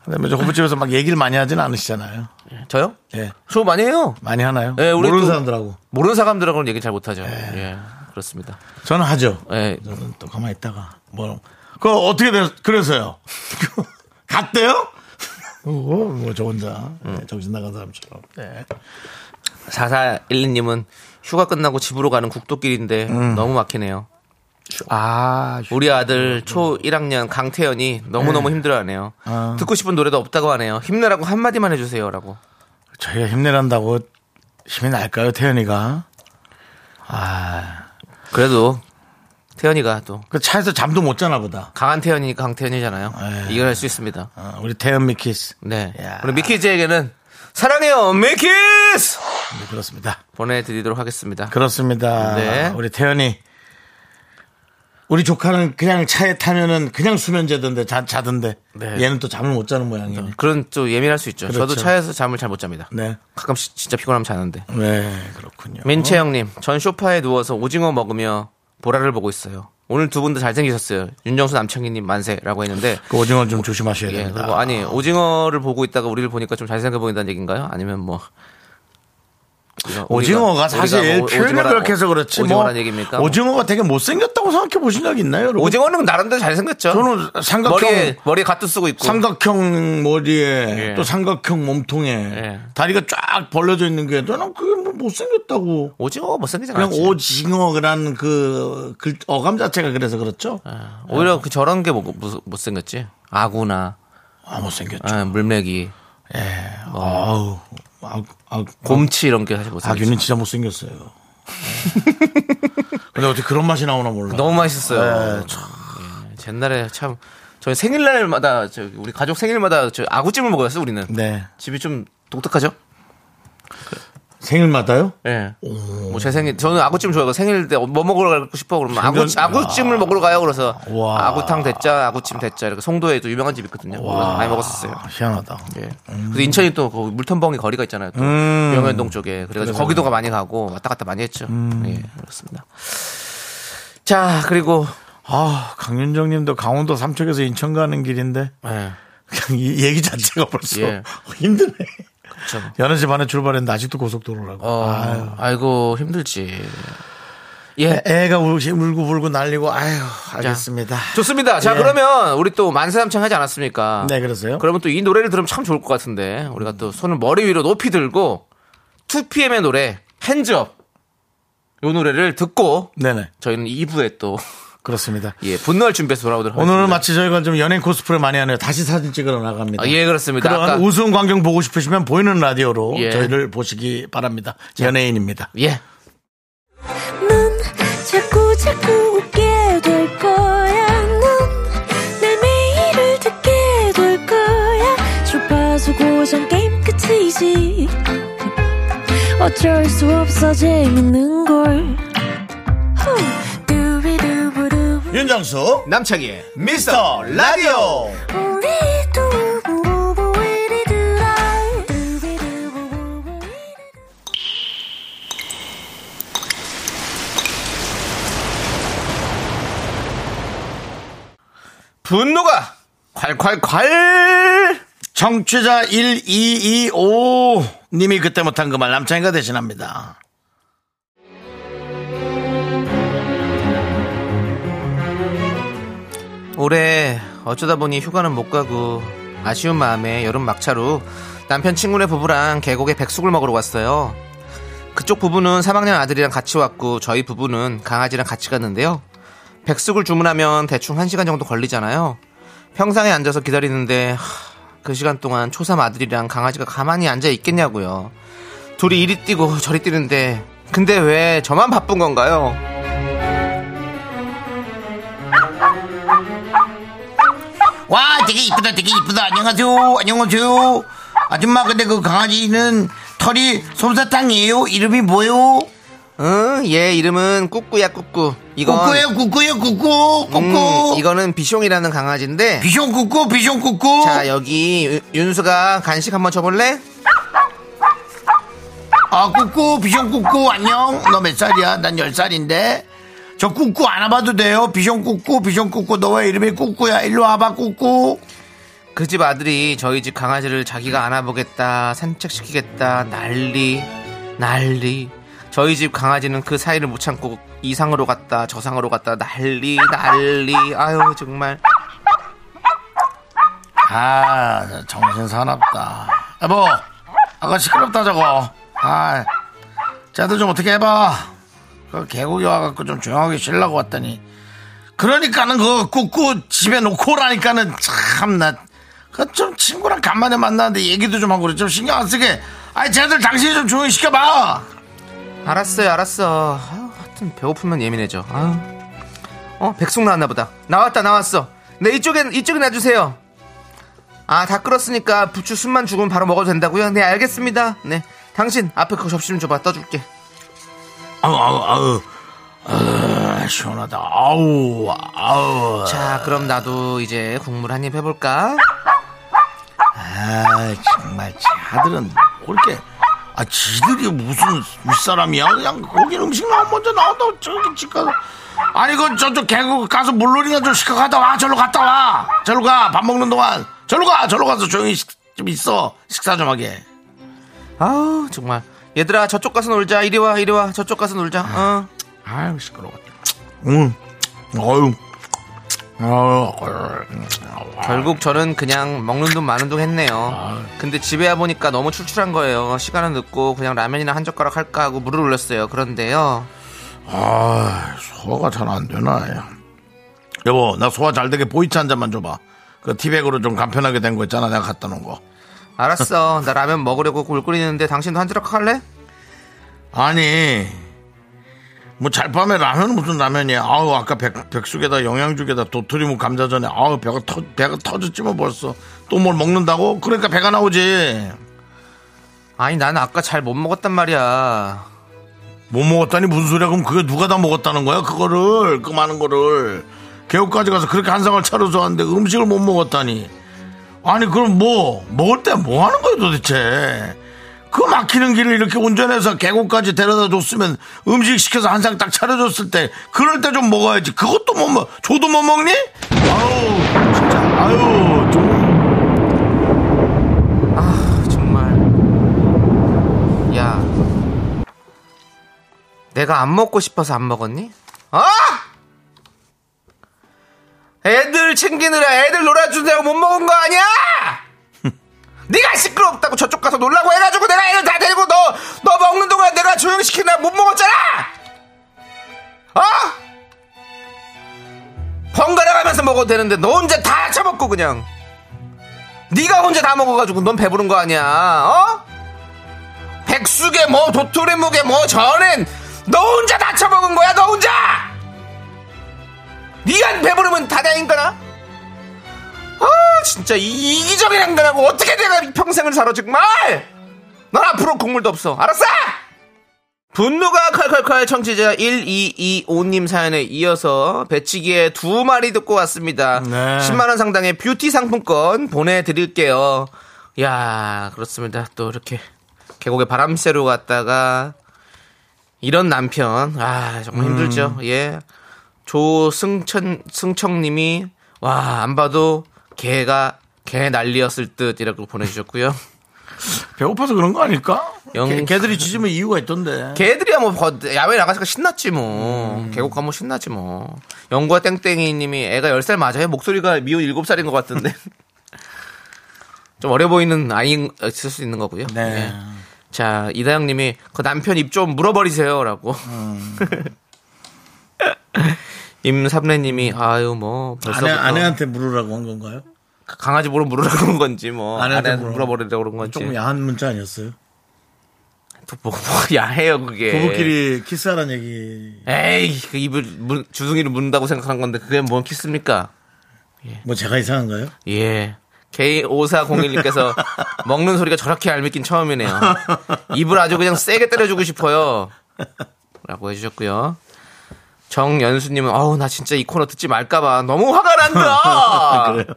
A: 그다음에 저 호프집에서 막 얘기를 많이 하진 않으시잖아요.
B: 저요?
A: 예.
B: 저 많이 해요.
A: 많이 하나요?
B: 예, 우리
A: 모르는
B: 또-
A: 사람들하고.
B: 모르는 사람들하고는 얘기 잘 못하죠. 예, 그렇습니다.
A: 저는 하죠.
B: 예,
A: 저는 또 가만히 있다가 뭐 그거 어떻게 돼 그래서요 갔대요? 뭐저 혼자 네, 정신 나간 사람처럼 네.
B: 4412님은 휴가 끝나고 집으로 가는 국도길인데
A: 음.
B: 너무 막히네요.
G: 아,
B: 우리 아들 초 1학년 강태현이 너무너무 힘들어하네요.
A: 예. 아.
B: 듣고 싶은 노래도 없다고 하네요. 힘내라고 한마디만 해주세요. 라고.
A: 저희가 힘내란다고 힘이 날까요 태연이가?
B: 그래도 태현이가 또
A: 그 차에서 잠도 못 자나 보다
B: 강한 태현이니까 강태현이잖아요.
A: 예.
B: 이걸 할 수 있습니다.
A: 어, 우리 태연 미키스
B: 네.
A: 야.
B: 그리고 미키즈에게는 사랑해요, 미키스!
A: 네, 그렇습니다
B: 보내드리도록 하겠습니다.
A: 그렇습니다
B: 네.
A: 우리 태연이 우리 조카는 그냥 차에 타면은 그냥 수면제던데 자, 자던데
B: 네.
A: 얘는 또 잠을 못 자는 모양이네
B: 그런 또 예민할 수 있죠. 저도
A: 그렇죠.
B: 차에서 잠을 잘 못 잡니다.
A: 네.
B: 가끔씩 진짜 피곤하면 자는데.
A: 네 그렇군요
B: 민채영님, 전 소파에 누워서 오징어 먹으며 보라를 보고 있어요. 오늘 두 분도 잘생기셨어요. 윤정수 남창희님 만세라고 했는데.
A: 그 오징어 좀 조심하셔야
B: 예,
A: 됩니다.
B: 그리고 아니 오징어를 보고 있다가 우리를 보니까 좀 잘생겨 보인다는 얘기인가요? 아니면 뭐 우리가-
A: 오징어가
B: 우리가
A: 사실
B: 뭐
A: 표현을
B: 오징어라-
A: 그렇게 해서 그렇지 뭐
B: 오징어란 얘기입니까? 뭐.
A: 오징어가 되게 못생겼다고 생각해 보신 적 있나요? 여러분?
B: 오징어는 나름대로 잘생겼죠.
A: 저는 삼각형
B: 머리에 머리에 가투 쓰고 있고
A: 삼각형 머리에
B: 예.
A: 또 삼각형 몸통에
B: 예.
A: 다리가 쫙 벌려져 있는 게 저는 그게 뭐 못생겼다고
B: 오징어가 못생기지
A: 그냥
B: 않았지.
A: 오징어라는 그, 글- 어감 자체가 그래서 그렇죠.
B: 오히려 그 저런 게 뭐, 무- 못생겼지. 아구나
A: 아 못생겼죠.
B: 아, 물매기
A: 아우 아, 아,
B: 예. 어. 곰치 이런 게 사실 못생겼지.
A: 아규는 진짜 못생겼어요. 예. 근데 어떻게 그런 맛이 나오나 몰라.
B: 너무 맛있었어요.
A: 네.
B: 예, 제 옛날에 참 저희 생일날마다 저 우리 가족 생일마다 저 아구찜을 먹었어요 우리는.
A: 네.
B: 집이 좀 독특하죠?
A: 생일마다요?
B: 예. 뭐제 생일 저는 아구찜 좋아해요. 생일 때 뭐 먹으러 가고 싶어 그러면 아구
A: 생전-
B: 아구찜을 먹으러 가요. 그래서
A: 와.
B: 아구탕 됐자 아구찜 됐자 이렇게 송도에도 유명한 집 있거든요. 그래서 많이 먹었었어요.
A: 아, 희한하다.
B: 예.
A: 음.
B: 그래서 인천이 또그 물텀벙이 거리가 있잖아요. 또 명현동 쪽에 그래가지고 거기도가 많이 가고 왔다 갔다 많이 했죠.
A: 음.
B: 예, 그렇습니다. 자 그리고
A: 아, 강윤정 님도 강원도 삼척에서 인천 가는 길인데
B: 예,
A: 그냥 이 얘기 자체가 벌써
B: 예.
A: 힘드네.
B: 그렇죠.
A: 11시 반에 출발했는데 아직도 고속도로라고. 아유. 네.
B: 어, 아이고 힘들지. 예.
A: 애가 울, 울고 불고 날리고 아유 알겠습니다.
B: 좋습니다. 자
A: 예.
B: 그러면 우리 또 만세삼창 하지 않았습니까?
A: 네 그러세요.
B: 그러면 또 이 노래를 들으면 참 좋을 것 같은데 우리가 또 손을 머리 위로 높이 들고 2PM의 노래 핸즈업 요 노래를 듣고
A: 네네
B: 저희는 2부에 또
A: 그렇습니다.
B: 예, 분노할 준비해서 돌아오도록
A: 오늘은
B: 하겠습니다.
A: 마치 저희가 좀 연예인 코스프레 많이 하네요. 다시 사진 찍으러 나갑니다.
B: 아, 예 그렇습니다.
A: 그런
B: 아까
A: 우스운 광경 보고 싶으시면 보이는 라디오로
B: 예.
A: 저희를 보시기 바랍니다. 연예인입니다.
B: 예.
F: 넌 자꾸 자꾸 웃게 될 거야. 넌내 매일을 듣게 될 거야. 주파수 고정 게임 끝이지. 어쩔 수 없어 재밌는 걸. 후. 두비두부두.
A: 윤정수
B: 남창희의 미스터 라디오
F: 우리 두부부부 우리 두라. 두비두부부부 우리 두라.
B: 분노가 콸콸콸
A: 청취자 1225 님이 그때 못한 그 말 남창이가 대신합니다.
B: 올해 어쩌다 보니 휴가는 못 가고 아쉬운 마음에 여름 막차로 남편 친구네 부부랑 계곡에 백숙을 먹으러 갔어요. 그쪽 부부는 3학년 아들이랑 같이 왔고 저희 부부는 강아지랑 같이 갔는데요. 백숙을 주문하면 대충 1시간 정도 걸리잖아요. 평상에 앉아서 기다리는데 하, 그 시간 동안 초삼 아들이랑 강아지가 가만히 앉아 있겠냐고요. 둘이 이리 뛰고 저리 뛰는데 근데 왜 저만 바쁜 건가요?
A: 와 되게 이쁘다 되게 이쁘다 안녕하세요 안녕하세요 아줌마 근데 그 강아지는 털이 솜사탕이에요 이름이 뭐예요?
B: 응, 얘 이름은 꾸꾸야 꾸꾸. 이건
A: 꾸꾸예요 꾸꾸예요 꾸꾸
B: 음,
A: 꾸꾸
B: 이거는 비숑이라는 강아지인데
A: 비숑 꾸꾸 비숑 꾸꾸
B: 자 여기 유- 윤수가 간식 한번 줘볼래?
A: 아 꾸꾸 비숑 꾸꾸 안녕 너 몇 살이야 난 열살인데저 꾸꾸 안아봐도 돼요 비숑 꾸꾸 비숑 꾸꾸 너 왜 이름이 꾸꾸야 일로 와봐 꾸꾸
B: 그 집 아들이 저희 집 강아지를 자기가 안아보겠다 산책시키겠다 난리 난리 저희 집 강아지는 그 사이를 못 참고 이상으로 갔다 저상으로 갔다 난리 난리 아유 정말
A: 아 정신 사납다 여보 아까 시끄럽다 저거 아 쟤들 좀 어떻게 해봐 그 개고기 와갖고 좀 조용하게 쉬려고 왔더니 그러니까는 그 꾸꾸 집에 놓고 오라니까는 참나 그 좀 친구랑 간만에 만나는데 얘기도 좀 하고 그래 좀 신경 안 쓰게 아이 쟤들 당신이 좀 조용히 시켜봐
B: 알았어요 알았어 아유, 하여튼 배고프면 예민해져 아유. 어 백숙 나왔나 보다 나왔다 나왔어 네 이쪽에 이쪽에 놔주세요 아 다 끓었으니까 부추 숨만 죽으면 바로 먹어도 된다고요 네 알겠습니다 네 당신 앞에 그 접시 좀 줘봐 떠줄게
A: 아우 아우 아우 아, 시원하다 아우 아우
B: 자 그럼 나도 이제 국물 한 입 해볼까
A: 아 정말 자들은 그렇게 아 지들이 무슨 윗사람이야 그냥 거기 음식 나오면 먼저 나온다고 저기 집 가서 아니 그 저쪽 개그 가서 물놀이나 좀 시켜 가다 와 절로 갔다 와 절로 가 밥 먹는 동안 절로 가 절로 가서 조용히 식- 좀 있어 식사 좀 하게
B: 아우 정말 얘들아 저쪽 가서 놀자 이리 와 이리 와 저쪽 가서 놀자 어.
A: 아유 시끄러워 응 어유 어
B: 결국 저는 그냥 먹는 둥 마는 둥 했네요. 근데 집에 와 보니까 너무 출출한 거예요. 시간은 늦고 그냥 라면이나 한 젓가락 할까 하고 물을 올렸어요. 그런데요.
A: 아, 소화가 잘 안 되나. 야. 여보, 나 소화 잘 되게 보이차 한 잔만 줘봐. 그 티백으로 좀 간편하게 된 거 있잖아. 내가 갖다 놓은 거.
B: 알았어. 나 라면 먹으려고 굴 끓이는데 당신도 한 젓가락 할래?
A: 아니, 뭐 잘밤에 라면 무슨 라면이야. 아우, 아까 백, 백숙에다 영양죽에다 도토리묵 감자전에 아우, 배가, 터, 배가 터졌지 뭐 벌써. 또 뭘 먹는다고? 그러니까 배가 나오지.
B: 아니 난 아까 잘 못 먹었단 말이야.
A: 못 먹었다니 무슨 소리야? 그럼 그게 누가 다 먹었다는 거야? 그거를 그 많은 거를 개업까지 가서 그렇게 한 상을 차려서 하는데 음식을 못 먹었다니. 아니 그럼 뭐 먹을 때 뭐 하는 거야 도대체? 그 막히는 길을 이렇게 운전해서 계곡까지 데려다 줬으면 음식 시켜서 한 상 딱 차려줬을 때 그럴 때 좀 먹어야지. 그것도 못 먹. 저도 못 먹니? 아우 진짜 아유 좀
B: 아 정말. 야, 내가 안 먹고 싶어서 안 먹었니? 아! 애들 챙기느라 애들 놀아주느라고 못 먹은 거 아니야? 네가 시끄럽다고 저쪽 가서 놀라고 해가지고 내가 애들 다 데리고 너 너 먹는 동안 내가 조용시키느라 못 먹었잖아. 어? 번갈아 가면서 먹어도 되는데 너 혼자 다 처먹고 그냥. 네가 혼자 다 먹어가지고 넌 배부른 거 아니야? 어? 백숙에 뭐 도토리묵에 뭐 전엔 너 혼자 다 처먹은 거야 너 혼자! 네가 배부르면 다다인 거나? 아 진짜 이, 이기적인 행간하고 어떻게 내가 이 평생을 살아 정말! 넌 앞으로 국물도 없어 알았어! 분노가 칼칼칼 청취자 1225님 사연에 이어서 배치기에 두 마리 듣고 왔습니다.
A: 네.
B: 10만원 상당의 뷰티 상품권 보내드릴게요. 야 그렇습니다. 또 이렇게 계곡에 바람 쐬러 갔다가 이런 남편. 아, 정말 힘들죠. 예. 조승천, 승청님이 와, 안 봐도 개가 개 난리였을 듯 이라고 보내주셨고요.
A: 배고파서 그런 거 아닐까?
B: 영-
A: 개, 개들이 짖으면 이유가 있던데.
B: 개들이야 뭐 거- 야외 나가니까 신났지 뭐
A: 음.
B: 계곡 가면 신나지 뭐 영과 땡땡이님이 애가 10살 맞아요 목소리가 미혼 7살인 것 같은데 좀 어려 보이는 아이 있을 수 있는 거고요
A: 네.
B: 예. 자 이다영님이 그 남편 입 좀 물어버리세요라고
A: 음.
B: 임삼래님이 아유 뭐
A: 아내,
B: 벌써
A: 아내한테 물으라고 한 건가요?
B: 강아지 보러 물으라고 그런 건지 뭐
A: 아내한테
B: 아내한테,
A: 물어.
B: 물어버리라고 그런 건지
A: 조금 야한 문자 아니었어요?
B: 또 뭐, 뭐 야해요 그게
A: 부부끼리 키스하란 얘기
B: 에이 그 입을 문, 주둥이를 문다고 생각한 건데 그게 뭔 키스입니까?
A: 뭐 제가 이상한가요?
B: 예. K5401님께서 먹는 소리가 저렇게 얄밉긴 처음이네요. 입을 아주 그냥 세게 때려주고 싶어요. 라고 해주셨고요. 정연수님은 어우 나 진짜 이 코너 듣지 말까봐 너무 화가 난다.
A: 아, 그래요.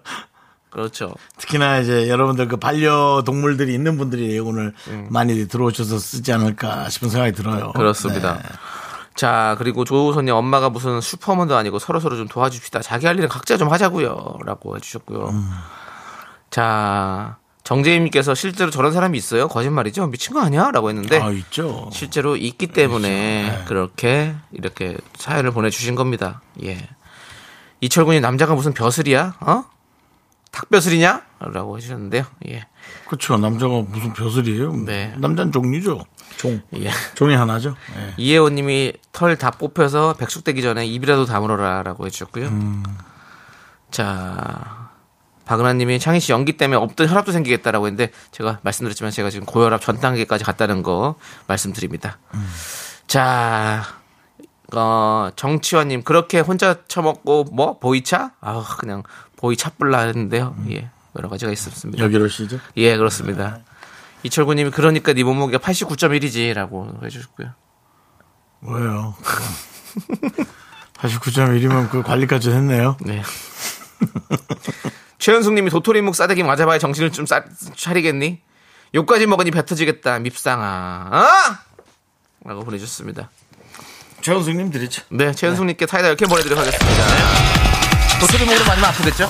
B: 그렇죠.
A: 특히나 이제 여러분들 그 반려동물들이 있는 분들이 오늘 많이 들어오셔서 쓰지 않을까 싶은 생각이 들어요.
B: 음. 그렇습니다.
A: 네.
B: 자 그리고 조우선님 엄마가 무슨 슈퍼맨도 아니고 서로 서로 좀 도와줍시다. 자기 할 일은 각자 좀 하자고요.라고 해주셨고요.
A: 음.
B: 자 정재임님께서 실제로 저런 사람이 있어요? 거짓말이죠? 미친 거 아니야?라고 했는데
A: 아, 네. 있죠.
B: 실제로 있기 때문에 그렇게 이렇게 사연을 보내주신 겁니다. 예. 이철군이 남자가 무슨 벼슬이야? 어? 닭벼슬이냐? 라고 해주셨는데요. 예.
A: 그렇죠. 남자가 무슨 벼슬이에요?
B: 네.
A: 남자는 종류죠. 종.
B: 예.
A: 종이 하나죠. 예.
B: 이혜원님이 털 다 뽑혀서 백숙 되기 전에 입이라도 다물어라 라고 해주셨고요. 자, 박은하님이 창희 씨 연기 때문에 없던 혈압도 생기겠다라고 했는데 제가 말씀드렸지만 제가 지금 고혈압 전 단계까지 갔다는 거 말씀드립니다. 자, 어, 정치원님 그렇게 혼자 처먹고 뭐 보이차? 아 그냥 보이차 뿔라 했는데요. 예, 여러 가지가 있었습니다.
A: 여기로 씨죠.
B: 예, 그렇습니다. 이철구님이 그러니까 네 몸무게가 89.1이지라고 해주셨고요.
A: 뭐예요? 89.1이면 그 관리까지 했네요.
B: 네. 최현숙님이 도토리묵 싸대기 맞아봐야 정신을 좀 싸, 차리겠니? 욕까지 먹으니 배 터지겠다 밉상아. 어? 라고 보내주셨습니다.
A: 최원숙님 드리죠.
B: 네, 최현숙님께 사이다 이렇게 보내드리도록 하겠습니다. 도토리묵으로 많이 아프겠죠?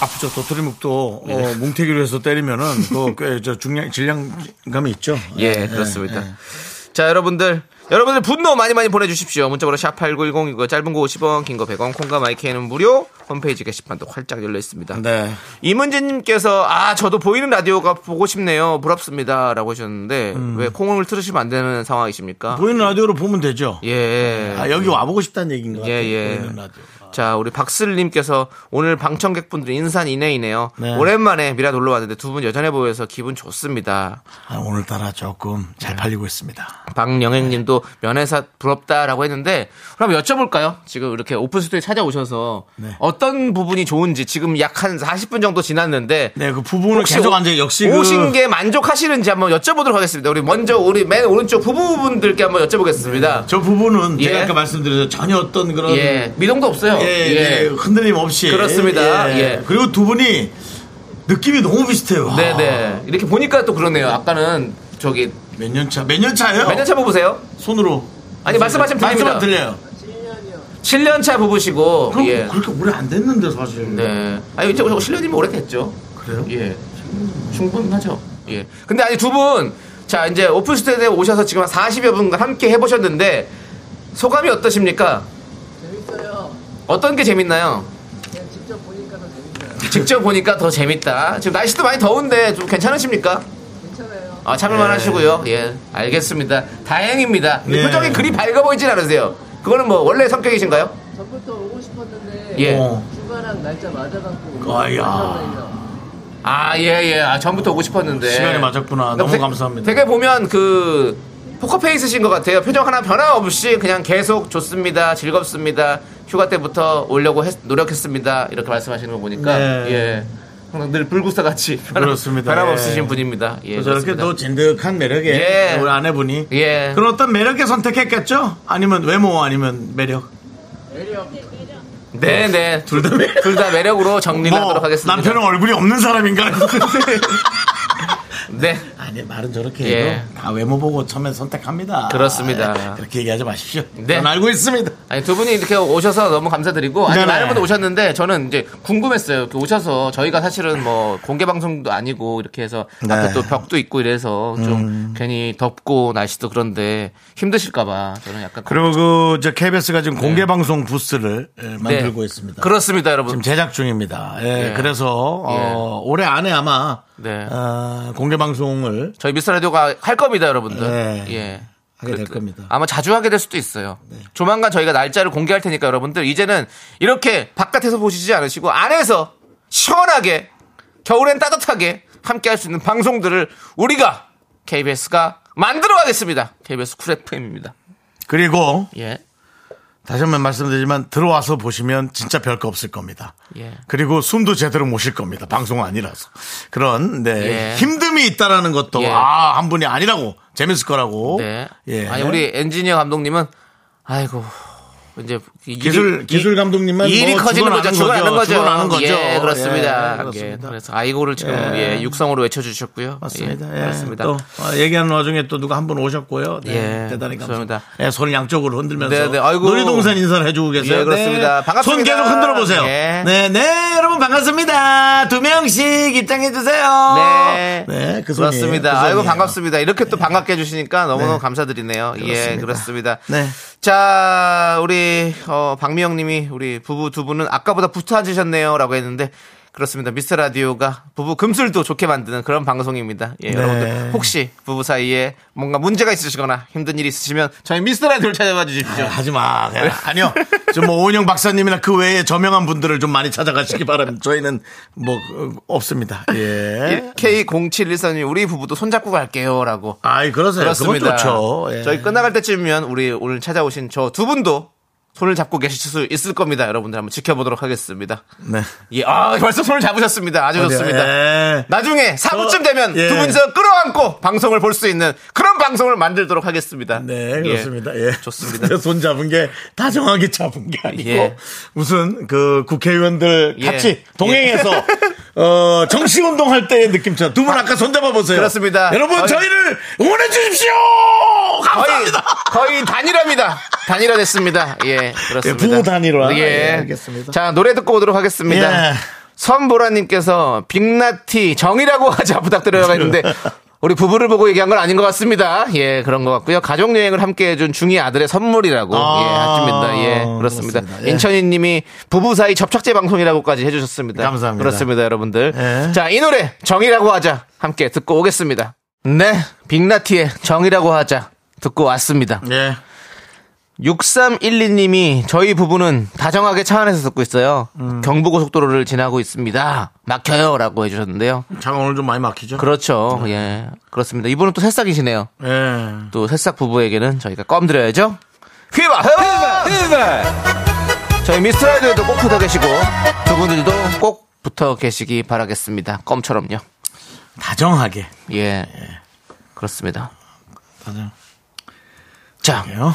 A: 아프죠. 도토리묵도
B: 네.
A: 어, 뭉태기로 해서 때리면은 그꽤저 중량 질량감이 있죠. 네.
B: 예, 그렇습니다. 자, 여러분들. 여러분들 분노 많이 많이 보내주십시오. 문자번호 샵8910이고 짧은 거 50원, 긴 거 100원, 콩과 마이크는 무료, 홈페이지 게시판도 활짝 열려 있습니다.
A: 네.
B: 이문재님께서 아 저도 보이는 라디오가 보고 싶네요 부럽습니다라고 하셨는데
A: 음.
B: 왜 콩을 틀으시면 안 되는 상황이십니까?
A: 보이는 라디오로 보면 되죠.
B: 예.
A: 뭐, 아, 여기 와보고 싶다는 얘기인 것
B: 예,
A: 같아요.
B: 예.
A: 보이는 라디오.
B: 자, 우리 박슬님께서 오늘 방청객분들이 인산 이내이네요.
A: 네.
B: 오랜만에 미라 놀러 왔는데 두 분 여전해 보여서 기분 좋습니다.
A: 아, 오늘따라 조금
B: 예.
A: 잘 팔리고 있습니다. 네.
B: 박영행님도 면회사 부럽다라고 했는데 그럼 여쭤볼까요? 지금 이렇게 오픈 스튜디오에 찾아오셔서
A: 네.
B: 어떤 부분이 좋은지 지금 약 한 40분 정도 지났는데
A: 네, 그 부분을
B: 혹시
A: 계속
B: 오-
A: 앉아 역시 그-
B: 오신 게 만족하시는지 한번 여쭤보도록 하겠습니다. 우리 먼저 우리 맨 오른쪽 부부분들께 한번 여쭤보겠습니다.
A: 저 부분은
B: 예.
A: 제가 아까 말씀드려서 전혀 어떤 그런
B: 예, 미동도 없어요.
A: 예, 예, 흔들림 없이
B: 그렇습니다. 예.
A: 그리고 두 분이 느낌이 너무 비슷해요. 아.
B: 네네. 이렇게 보니까 또 그러네요. 아까는 저기
A: 몇 년 차? 몇 년 차예요?
B: 몇 년 차 부부세요?
A: 손으로
B: 아니 말씀하시면 들립니다.
A: 말씀만 들려요.
B: 7년 차 부부시고
A: 그럼
B: 예.
A: 그렇게 오래 안 됐는데 사실.
B: 네. 아니 이제 7년이면 오래됐죠.
A: 그래요?
B: 예. 충분하죠. 예. 근데 아니 두 분. 자, 이제 오픈 스튜디오에 오셔서 지금 한 40여 분과 함께 해 보셨는데 소감이 어떠십니까?
D: 재밌어요.
B: 어떤 게 재밌나요?
D: 그냥 직접 보니까 더 재밌어요.
B: 직접 보니까 더 재밌다. 지금 날씨도 많이 더운데 좀 괜찮으십니까?
D: 괜찮아요.
B: 아, 참을만 하시고요. 예, 알겠습니다. 다행입니다. 근데
A: 네.
B: 표정이 그리 밝아 보이진 않으세요. 그거는 뭐 원래 성격이신가요?
D: 전부터 오고 싶었는데
B: 예.
A: 어.
D: 주말랑 날짜 맞아갖고
A: 아야.
D: 깜짝이야.
B: 아, 예, 예. 아, 전부터 오고 싶었는데.
A: 시간이 맞았구나. 너무
B: 되게-
A: 감사합니다.
B: 되게 보면 그 포커페이스신 것 같아요. 표정 하나 변함없이 그냥 계속 좋습니다. 즐겁습니다. 휴가 때부터 오려고 했- 노력했습니다. 이렇게 말씀하시는 거 보니까.
A: 네.
B: 예. 항상 늘 불구사 같이 변함,
A: 그렇습니다.
B: 변함없으신
A: 예.
B: 분입니다. 예.
A: 저렇게
B: 그렇습니다.
A: 또 진득한 매력에
B: 예.
A: 우리 아내분이
B: 예.
A: 그런 어떤 매력에 선택했겠죠? 아니면 외모 아니면 매력
D: 매력.
B: 네, 네.
A: 둘 다 매력.
B: 둘 다 매력으로 정리를
A: 뭐,
B: 네, 하도록 하겠습니다.
A: 남편은 얼굴이 없는 사람인가?
B: 네.
A: 아니 말은 저렇게
B: 예.
A: 해도 다 외모 보고 처음에 선택합니다.
B: 그렇습니다.
A: 예, 그렇게 얘기하지 마십시오.
B: 네.
A: 전 알고 있습니다.
B: 아니 두 분이 이렇게 오셔서 너무 감사드리고 아니
A: 네네.
B: 많은 분들 오셨는데 저는 이제 궁금했어요. 이렇게 오셔서 저희가 사실은 뭐 공개 방송도 아니고 이렇게 해서
A: 네. 음.
B: 앞에 또 벽도 있고 이래서 좀 괜히 덥고 날씨도 그런데 힘드실까봐 저는 약간
A: 그리고 그저 KBS가 지금 공개 방송 부스를 예,
B: 네.
A: 만들고 있습니다.
B: 그렇습니다, 여러분.
A: 지금 제작 중입니다. 예,
B: 예.
A: 그래서 어, 올해 안에 아마
B: 네.
A: 어, 공개 방송을
B: 저희 미스터 라디오가 할 겁니다, 여러분들.
A: 네.
B: 예.
A: 하게 될
B: 그래도
A: 겁니다.
B: 아마 자주 하게 될 수도 있어요.
A: 네.
B: 조만간 저희가 날짜를 공개할 테니까 여러분들 이제는 이렇게 바깥에서 보시지 않으시고 안에서 시원하게 겨울엔 따뜻하게 함께 할 수 있는 방송들을 우리가 KBS가 만들어 가겠습니다. KBS 쿨 FM입니다.
A: 그리고
B: 예.
A: 다시 한 번 말씀드리지만 들어와서 보시면 진짜 별거 없을 겁니다.
B: 예.
A: 그리고 숨도 제대로 못 쉴 겁니다. 방송 아니라서 그런 네
B: 예.
A: 힘듦이 있다라는 것도
B: 예.
A: 아 한 분이 아니라고 재밌을 거라고.
B: 네.
A: 예.
B: 아니 우리 엔지니어 감독님은 아이고 이제 일이-
A: 기술
B: 이-
A: 기술 감독님만
B: 일이
A: 뭐
B: 커지는 거죠.
A: 죽어나는
B: 죽어나는 거죠.
A: 죽어나는 거죠.
B: 예, 그렇습니다.
A: 예, 그렇습니다.
B: 래서 아이고를 지금
A: 예.
B: 예, 육성으로 외쳐주셨고요.
A: 맞습니다.
B: 예,
A: 예,
B: 그렇습니다.
A: 또 어, 얘기하는 와중에 또 누가 한 분 오셨고요. 네,
B: 예,
A: 대단히
B: 감사합니다.
A: 감사합니다. 예, 손을 양쪽으로 흔들면서
B: 네, 네, 아이고.
A: 놀이동산 인사를 해주고 계세요.
B: 예, 그렇습니다.
A: 네.
B: 반갑습니다.
A: 손 계속 흔들어 보세요.
B: 예.
A: 네, 네, 여러분 반갑습니다. 두 명씩 입장해 주세요.
B: 네.
A: 네, 그 손이에요.
B: 그렇습니다.
A: 그
B: 아이고
A: 손이에요.
B: 반갑습니다. 이렇게 또 반갑게 해주시니까 너무너무
A: 네.
B: 감사드리네요. 예,
A: 그렇습니다.
B: 그렇습니다.
A: 네.
B: 자, 우리 어, 박미영님이 우리 부부 두 분은 아까보다 붙어앉으셨네요라고 했는데. 그렇습니다. 미스 라디오가 부부 금술도 좋게 만드는 그런 방송입니다. 예,
A: 네.
B: 여러분들 혹시 부부 사이에 뭔가 문제가 있으시거나 힘든 일이 있으시면 저희 미스 라디오를 찾아봐 주십시오.
A: 아, 하지 마. 그냥.
B: 네.
A: 아니요. 좀뭐 오은영 박사님이나 그 외에 저명한 분들을 좀 많이 찾아가시기 바랍니다. 저희는 뭐 어, 없습니다. 예.
B: K0714님 우리 부부도 손잡고 갈게요라고
A: 아이 네, 그러세요. 그건
B: 그렇습니다.
A: 좋죠. 예.
B: 저희 끝나갈 때쯤이면 우리 오늘 찾아오신 저 두 분도 손을 잡고 계실 수 있을 겁니다. 여러분들 한번 지켜보도록 하겠습니다.
A: 네.
B: 예, 아, 벌써 손을 잡으셨습니다. 아주 좋습니다. 네.
A: 예.
B: 나중에 사부쯤 되면
A: 네. 예.
B: 두 분이서 끌어안고 방송을 볼 수 있는 그런 방송을 만들도록 하겠습니다.
A: 네,
B: 예.
A: 그렇습니다. 예.
B: 좋습니다.
A: 손 잡은 게 다정하게 잡은 게 아니고
B: 예.
A: 무슨 그 국회의원들
B: 예.
A: 같이 동행해서 어, 정치 운동할 때의 느낌처럼 두 분 아까 손 잡아 보세요.
B: 그렇습니다.
A: 여러분
B: 거의-
A: 저희... 를 응원해 주십시오.
B: 거의,
A: 감사합니다.
B: 거의 단일화입니다. 단일화 됐습니다. 예,
A: 예,
B: 그렇습니다.
A: 부부 단일화.
B: 예.
A: 예, 알겠습니다.
B: 자, 노래 듣고 오도록 하겠습니다.
A: 예.
B: 선보라님께서 빅나티 정이라고 하자 부탁드려요 했는데 우리 부부를 보고 얘기한 건 아닌 것 같습니다. 예, 그런 것 같고요. 가족 여행을 함께 해준 중이 아들의 선물이라고
A: 아,
B: 예, 하십니다. 예, 그렇습니다.
A: 그렇습니다. 예.
B: 인천이님이 부부 사이 접착제 방송이라고까지 해주셨습니다.
A: 감사합니다.
B: 그렇습니다, 여러분들.
A: 예.
B: 자, 이 노래 정이라고 하자 함께 듣고 오겠습니다. 네, 빅나티의 정이라고 하자 듣고 왔습니다.
A: 예.
B: 6312님이 저희 부부는 다정하게 차 안에서 듣고 있어요. 경부고속도로를 지나고 있습니다. 막혀요. 라고 해주셨는데요.
A: 차가 오늘 좀 많이 막히죠?
B: 그렇죠. 예. 그렇습니다. 이분은 또 새싹이시네요.
A: 예.
B: 또 새싹 부부에게는 저희가 껌 드려야죠. 휘바! 휘바! 휘바! 저희 미스트라이드에도 꼭 붙어 계시고 두 분들도 꼭 붙어 계시기 바라겠습니다. 껌처럼요.
A: 다정하게.
B: 예. 그렇습니다.
A: 다정.
B: 자,
A: 그래요?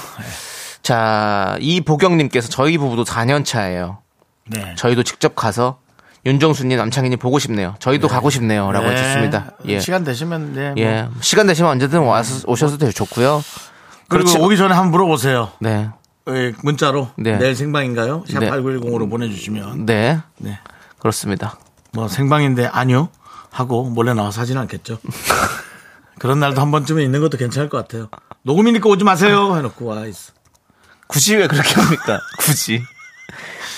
B: 자, 이보경님께서 저희 부부도 4년 차예요.
A: 네.
B: 저희도 직접 가서 윤정수님, 남창희님 보고 싶네요. 저희도 가고 싶네요라고
A: 네.
B: 해주셨습니다. 예,
A: 시간 되시면 네. 뭐.
B: 예, 시간 되시면 네. 언제든 와서 오셔도 되게 좋고요.
A: 그리고
B: 그렇지-
A: 오기 전에 한번 물어보세요.
B: 네,
A: 예, 문자로
B: 그렇죠. 네.
A: 내일 생방인가요? 샵
B: 네.
A: 8910으로 보내주시면
B: 네,
A: 네.
B: 그렇습니다.
A: 뭐 생방인데 아니요 하고 몰래 나와서 하진 않겠죠. 그런 날도 한 번쯤은 있는 것도 괜찮을 것 같아요. 녹음이니까 오지 마세요 해놓고 와 있어.
B: 굳이 왜 그렇게 합니까? 굳이.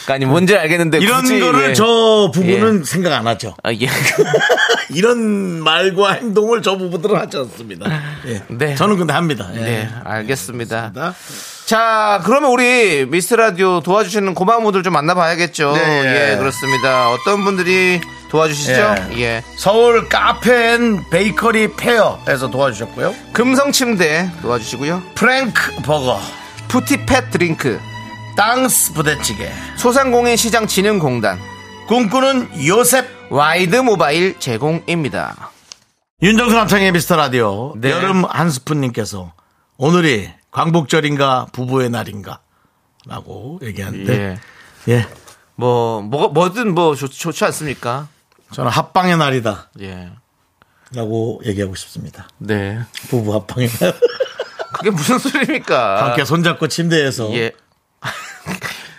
B: 그러니까 아니 뭔지 알겠는데
A: 이런
B: 굳이 예.
A: 거를
B: 왜-
A: 저 부부는 생각 안 하죠.
B: 아, 예.
A: 이런 말과 행동을 저 부부들은 하지 않습니다. 예.
B: 네.
A: 저는 근데 합니다. 예.
B: 네, 알겠습니다.
A: 나?
B: 자, 그러면 우리 미스 라디오 도와주시는 고마운 분들 좀 만나봐야겠죠.
A: 네.
B: 예, 그렇습니다. 어떤 분들이 도와주시죠? 예.
A: 서울 카페앤 베이커리 페어에서 도와주셨고요.
B: 금성 침대 도와주시고요.
A: 프랭크 버거,
B: 푸티팻 드링크,
A: 땅스 부대찌개,
B: 소상공인 시장 진흥공단,
A: 꿈꾸는 요셉
B: 와이드 모바일 제공입니다.
A: 윤정수 남창의 미스터 라디오
B: 네.
A: 여름 한 스푼님께서 오늘이 광복절인가 부부의 날인가 라고 얘기하는데
B: 예.
A: 예.
B: 뭐, 뭐, 뭐든 뭐 좋, 좋지 않습니까?
A: 저는 합방의 날이다
B: 예.
A: 라고 얘기하고 싶습니다
B: 네.
A: 부부 합방의 날
B: 그게 무슨 소리입니까?
A: 함께 손잡고 침대에서
B: 아. 예.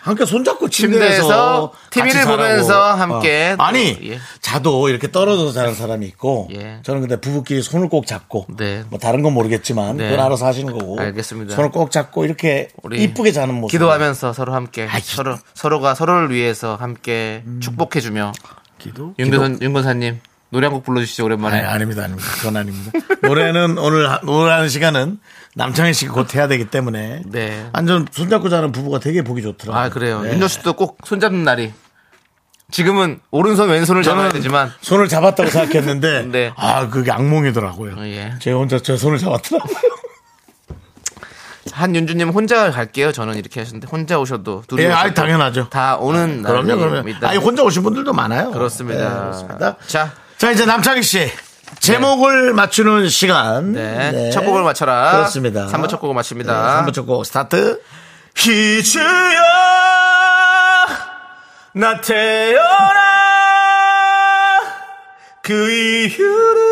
A: 함께 손잡고
B: 침대에서
A: 침대에서,
B: TV 를
A: 같이 자라고. 어.
B: 보면서 함께 또,
A: 아니
B: 예.
A: 자도 이렇게 떨어져서 자는 사람이 있고
B: 예.
A: 저는 근데 부부끼리 손을 꼭 잡고
B: 네.
A: 뭐 다른 건 모르겠지만
B: 네.
A: 그건 알아서 하시는 거고
B: 알겠습니다.
A: 손을 꼭 잡고 이렇게
B: 우리
A: 이쁘게 자는 모습
B: 기도하면서 서로 함께 서로 서로가 서로를 위해서 함께 축복해주며
A: 음. 기도
B: 윤근선 윤근사님 노래 한 곡 불러주시죠 오랜만에.
A: 아니, 아닙니다, 아닙니다. 그건 아닙니다. 노래는 오늘, 하- 노래하는 시간은 남창희 씨곧 해야 되기 때문에.
B: 네.
A: 완전 손잡고 자는 부부가 되게 보기 좋더라고요.
B: 아 그래요.
A: 네.
B: 윤정 씨도 꼭 손잡는 날이. 지금은 오른손 왼손을 잡아야 되지만
A: 손을 잡았다고 생각했는데.
B: 네.
A: 아, 그게 악몽이더라고요.
B: 어, 예.
A: 제가 혼자 제 손을 잡았더라고요.
B: 한윤주님 혼자 갈게요. 저는 이렇게 하시는데 혼자 오셔도 둘이
A: 예,
B: 오셔도
A: 아이, 당연하죠.
B: 다 오는
A: 그럼요, 그럼요.
B: 날입니다.
A: 아니, 혼자 오신 분들도 많아요.
B: 그렇습니다.
A: 네, 그렇습니다.
B: 자.
A: 자, 이제 남창희 씨. 제목을 맞추는 시간.
B: 네. 첫 곡을 맞춰라.
A: 그렇습니다.
B: 3번 첫
A: 네,
B: 곡을 맞춥니다.
A: 3번 첫곡 스타트.
B: 희주야 나 태어나 그 이유를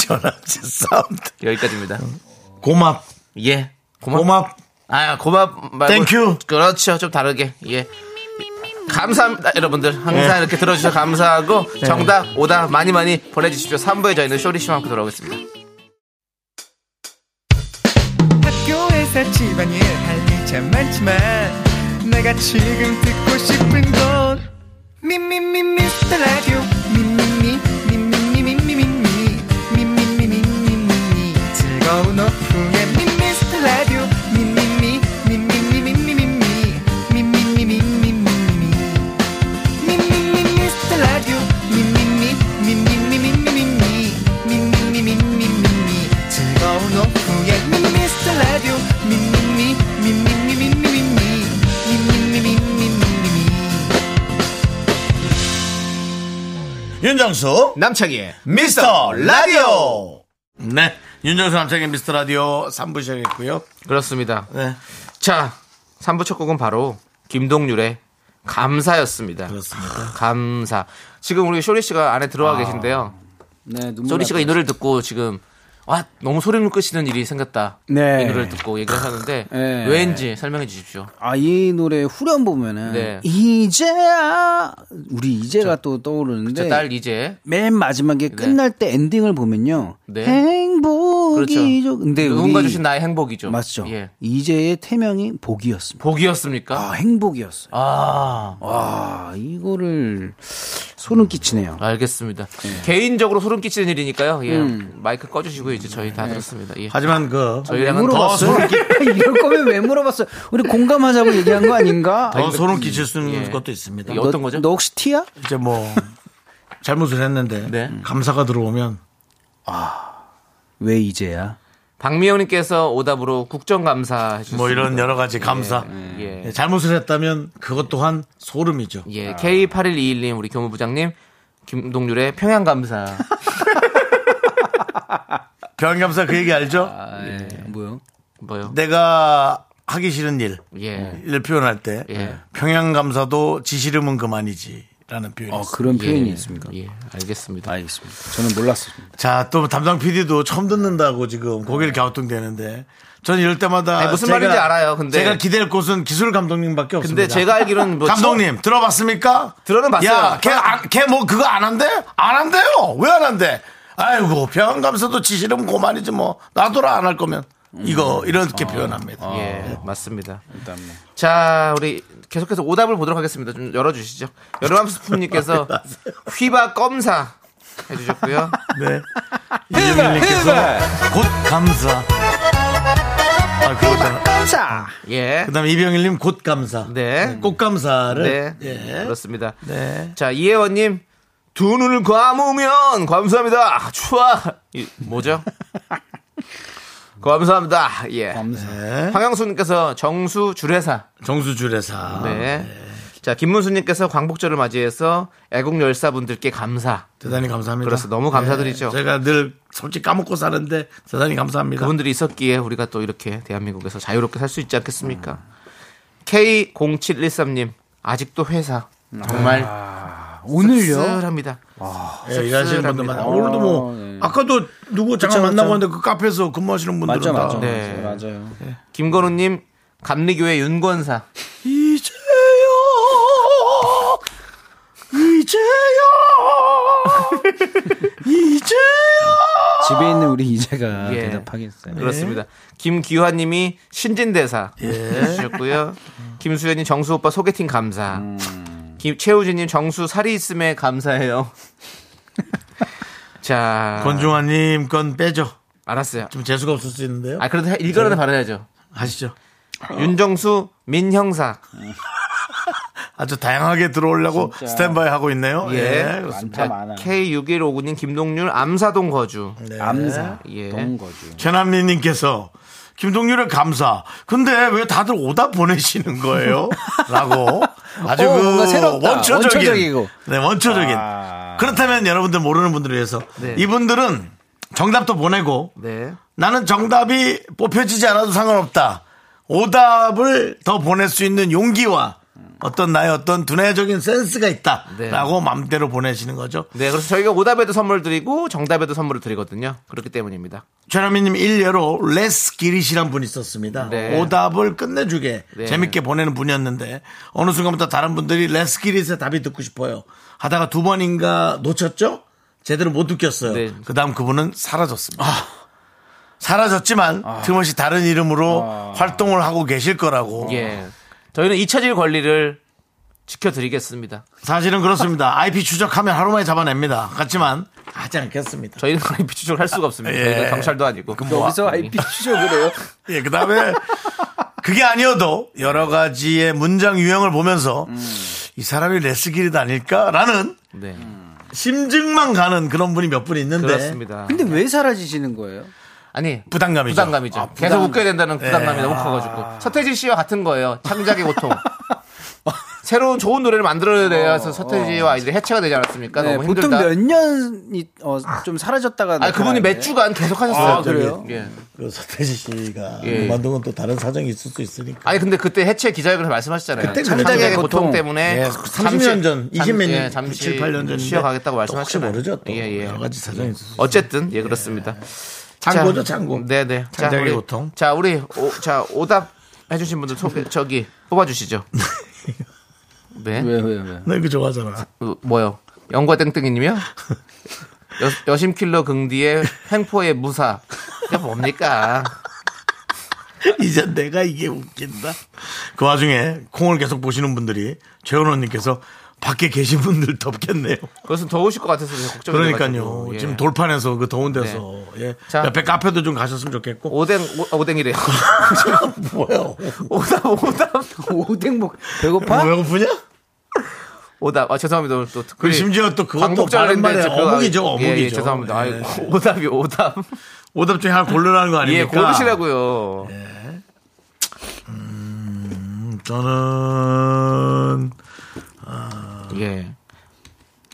A: 전화지 사운드.
B: 여기까지입니다.
A: 고맙.
B: 예. 고맙.
A: 고맙.
B: 아 고맙 말고.
A: 땡큐.
B: 그렇죠. 좀 다르게. 예. 감사합니다 여러분들 항상 이렇게 들어주셔서 감사하고 정답 오답 많이 많이 보내주십시오 3부에 저희는 쇼리씨와 함께 돌아오겠습니다
H: 학교에서 집안일 할 일 참 많지만 내가 지금 듣고 싶은 건 미미미 미스터 라디오 미미미 미미미 미미미 미미미 미미미 즐거운 오후에 미스터 라디오 미미미 미미미 미미미 미미미 미미미
A: 윤정수
B: 남창희의
A: 미스터 라디오 네 윤정수 남창의 미스터 라디오 3부 시작했고요
B: 그렇습니다
A: 네
B: 자 3부 첫 곡은 바로 김동률의 감사였습니다
A: 그렇습니다
B: 감사. 지금 우리 쇼리 씨가 안에 들어와 계신데요.
D: 네, 눈물
B: 쇼리 씨가 이 노래를 듣고 지금 와 너무 소름 끼치는 일이 생겼다.
D: 네.
B: 이 노래를 듣고 얘기를 하는데
D: 네.
B: 왠지 설명해 주십시오.
D: 아, 이 노래 후렴 보면은
B: 네.
D: 이제야 우리 이제가 또 떠오르는데
B: 제 딸 이제
D: 맨 마지막에 끝날 때 엔딩을 보면요.
B: 네.
D: 행복이
B: 그렇죠.
D: 죠 근데
B: 누군가
D: 우리
B: 주신 나의 행복이죠.
D: 맞죠.
B: 예.
D: 이제의 태명이 복이었습니다.
B: 복이었습니까?
D: 아, 행복이었어요.
B: 아,
D: 와, 이거를 소름 끼치네요.
B: 알겠습니다. 개인적으로 소름 끼치는 일이니까요. 예.
D: 음. 네.
B: 마이크 꺼주시고 이제 저희 다 들었습니다. 예.
A: 하지만 그
B: 저희랑은 더
D: 물어봤어요?
B: 소름
D: 이럴 거면 왜 물어봤어요? 우리 공감하자고 얘기한 거 아닌가?
A: 더 소름 끼칠 수 있는
B: 예.
A: 것도 있습니다.
B: 예, 어떤 거죠?
D: 너 혹시 티야?
A: 이제 뭐 잘못을 했는데 음,
B: 네.
A: 감사가 들어오면
D: 왜 이제야?
B: 박미영님께서 오답으로 국정감사 해주셨습니다.
A: 뭐 이런 여러 가지 감사
B: 예.
D: 네.
A: 예, 잘못을 했다면 그것 또한 소름이죠.
B: 예,
D: 아.
B: K8121님 우리 교무부장님 김동률의 평양감사.
A: 병감사 그 얘기 알죠?
B: 예.
D: 뭐요?
B: 뭐요?
A: 내가 하기 싫은 일
D: 네.
B: 예.
A: 을 표현할 때
B: 예.
A: 평양감사도 지시름은 그만이지라는 표현이
D: 어,
A: 있어요.
D: 그런 표현이
B: 예.
D: 있습니까? 아,
B: 예, 알겠습니다.
D: 알겠습니다. 저는 몰랐습니다.
A: 그- 자, 또 담당 PD도 처음 듣는다고 지금 고개를 갸우뚱대는데 저는 이럴 때마다
B: 아니, 무슨 말인지 알아요. 근데-
A: 제가 기댈 곳은 기술 감독님밖에 없습니다.
B: 근데 제가 알기로는 뭐
A: 감독님 들어봤습니까?
B: 들어는 봤어요.
A: 야, 걔걔뭐 그거 안 한대? 안 한대요. 왜 안 한대? 아이고 평양감사도 지시름 고만이지 뭐 나도라 안 할 거면 이거 이렇게 표현합니다.
B: 참- 예, 맞습니다. 자, 우리 계속해서 오답을 보도록 하겠습니다. 좀 열어주시죠. 여름함수품님께서 휘바 검사 해주셨고요.
A: 네. 이준님께서 곧 감사. 아, 그거잖아.
B: 예.
A: 그 다음에 이병일님 곧 감사.
B: 네.
A: 꽃 감사를.
B: 네.
A: 예.
B: 그렇습니다.
A: 네.
B: 자, 이혜원님. 두 눈을 감으면 감사합니다. 추아. 이, 뭐죠? 감사합니다. 예.
A: 네.
B: 황영수님께서 정수 주례사.
A: 정수주례사.
B: 네. 자, 김문수님께서 광복절을 맞이해서 애국 열사분들께 감사.
A: 대단히 감사합니다.
B: 그래서 너무 감사드리죠.
A: 네. 제가 늘 솔직히 까먹고 사는데 대단히 감사합니다.
B: 그분들이 있었기에 우리가 또 이렇게 대한민국에서 자유롭게 살 수 있지 않겠습니까? K0713님, 아직도 회사. 아, 정말
D: 오늘요?
B: 쓸합니다.
A: 예, 일하시는 분들 많아. 오늘도 뭐, 아까도 누구 잠깐 만나고 왔는데 그 카페에서 근무하시는 분들은
D: 맞아,
A: 다
D: 맞아.
B: 네.
D: 맞아요.
B: 김건우님, 감리교회 윤권사.
A: 이제야 이제야 이제야
D: 집에 있는 우리 이제가
B: 예.
D: 대답하겠어요.
B: 그렇습니다. 김기화님이 신진대사 해주셨고요. 김수현님 정수 오빠 소개팅 감사. 김 최우진님 정수 살이 있음에 감사해요. 자,
A: 권중환님 건 빼죠
B: 알았어요.
A: 좀 재수가 없을 수 있는데요
B: 아 그래도 일거라도 바라야죠.
A: 아시죠
B: 윤정수 민형사.
A: 아주 다양하게 들어오려고 스탠바이 하고 있네요
B: 예.
A: 예.
D: 많다 많아.
B: K6159님 김동률 암사동 거주.
D: 암사
B: 예.
D: 동 거죠.
A: 최남리님께서 김동률의 감사. 근데 왜 다들 오답 보내시는 거예요? 라고 아주
D: 어,
A: 그
D: 뭔가 새롭다.
A: 원초적인
D: 원초적이고. 아.
A: 네 원초적인. 그렇다면 여러분들 모르는 분들을 위해서
B: 네.
A: 이분들은 정답도 보내고
B: 네.
A: 나는 정답이 뽑혀지지 않아도 상관없다. 오답을 더 보낼 수 있는 용기와 어떤 나의 어떤 두뇌적인 센스가
B: 네.
A: 있다라고 맘대로 보내시는 거죠.
B: 네, 그래서 저희가 오답에도 선물 드리고 정답에도 선물을 드리거든요. 그렇기 때문입니다.
A: 최라미님 일례로 레스 기릿이란 분이 있었습니다.
B: 네.
A: 오답을 끝내주게
B: 네.
A: 재밌게 보내는 분이었는데 어느 순간부터 다른 분들이 레스 기릿의 답이 듣고 싶어요. 하다가 두 번인가 놓쳤죠? 제대로 못 느꼈어요.
B: 네.
A: 그 다음 그분은 사라졌습니다. 아. 사라졌지만
B: 아.
A: 틈없이 다른 이름으로 활동을 하고 계실 거라고.
B: 예. 저희는 잊혀질 권리를 지켜드리겠습니다.
A: 사실은 그렇습니다. IP 추적하면 하루만에 잡아냅니다. 같지만 하지 않겠습니다.
B: 저희는 그런 비추적을 할 수가 없습니다.
A: 예.
B: 저희가 경찰도 아니고.
D: 여기서 IP 추적을 해요.
A: 예, 그 다음에 그게 아니어도 여러 가지의 문장 유형을 보면서
B: 음.
A: 이 사람이 레스길이 아닐까라는
B: 네.
A: 심증만 가는 그런 분이 몇 분 있는데
B: 그렇습니다.
D: 근데 왜 사라지시는 거예요?
B: 아니.
A: 네. 부담감이죠.
B: 부담감이죠. 계속 웃겨야 된다는 부담감이 너무 커가지고. 서태지 씨와 같은 거예요. 창작의 고통. 새로운 좋은 노래를 만들어내야 해서 서태지와 이제 해체가 되지 않았습니까?
D: 네,
B: 아, 너무
D: 보통
B: 힘들다.
D: 몇 년이 어, 좀 사라졌다가
B: 아, 그분이
D: 나타나는데.
B: 몇 주간 계속 하셨어요.
D: 아, 그래요?
B: 예.
A: 그 서태지 씨가
B: 예.
A: 만든 건 또 다른 사정이 있을 수 있으니까.
B: 아니 근데 그때 해체 기자회견을 말씀하셨잖아요.
A: 그때
B: 창작의
D: 그랬죠.
B: 고통
D: 고통.
B: 때문에
A: 예, 30년 전, 20몇 년, 7, 8년 전인데
B: 예, 쉬어가겠다고
A: 또 혹시
B: 말씀하셨잖아요.
A: 모르죠. 또
B: 예, 예.
A: 여러 가지 사정이 있을 수
B: 어쨌든 예 그렇습니다.
A: 창고죠, 창고.
B: 네네.
A: 창작의
B: 우리-
A: 고통.
B: 자 우리 오, 자 오답 해주신 분들 소개 저기 뽑아주시죠. 네.
D: 왜, 왜, 왜?
A: 너 이거 그 좋아하잖아.
B: 어, 뭐요? 영과 땡땡이님이요? 여, 심 킬러 긍디의 횡포의 무사. 이게 뭡니까?
A: 이제 내가 이게 웃긴다. 그 와중에 콩을 계속 보시는 분들이 최원호님께서 밖에 계신 분들 덥겠네요.
B: 그것은 더우실 것 같아서 제가 걱정이
A: 그러니까요.
B: 돼가지고, 예. 네.
A: 지금 돌판에서 그 더운 데서 예.
B: 자.
A: 옆에 카페도 좀 가셨으면 좋겠고.
B: 오뎅 아, 오, 오뎅이래요.
A: 뭐야?
B: 오답 오답
D: 오뎅 먹 배고파?
A: 왜 고프냐?
B: 오답. 아 죄송합니다. 오늘 또
A: 그
B: 특별히
A: 심지어 또 그것도
B: 광복절
A: 바른 말에
B: 했는데 저 그거-
A: 어묵이죠, 어묵이죠.
B: 예, 예, 죄송합니다. 아이,
A: 예.
B: 오답이 오답.
A: 오답 중에 하나 고르라는 거
B: 예,
A: 아닙니까? 예.
B: 고르시라고요.
A: 저는
B: 예.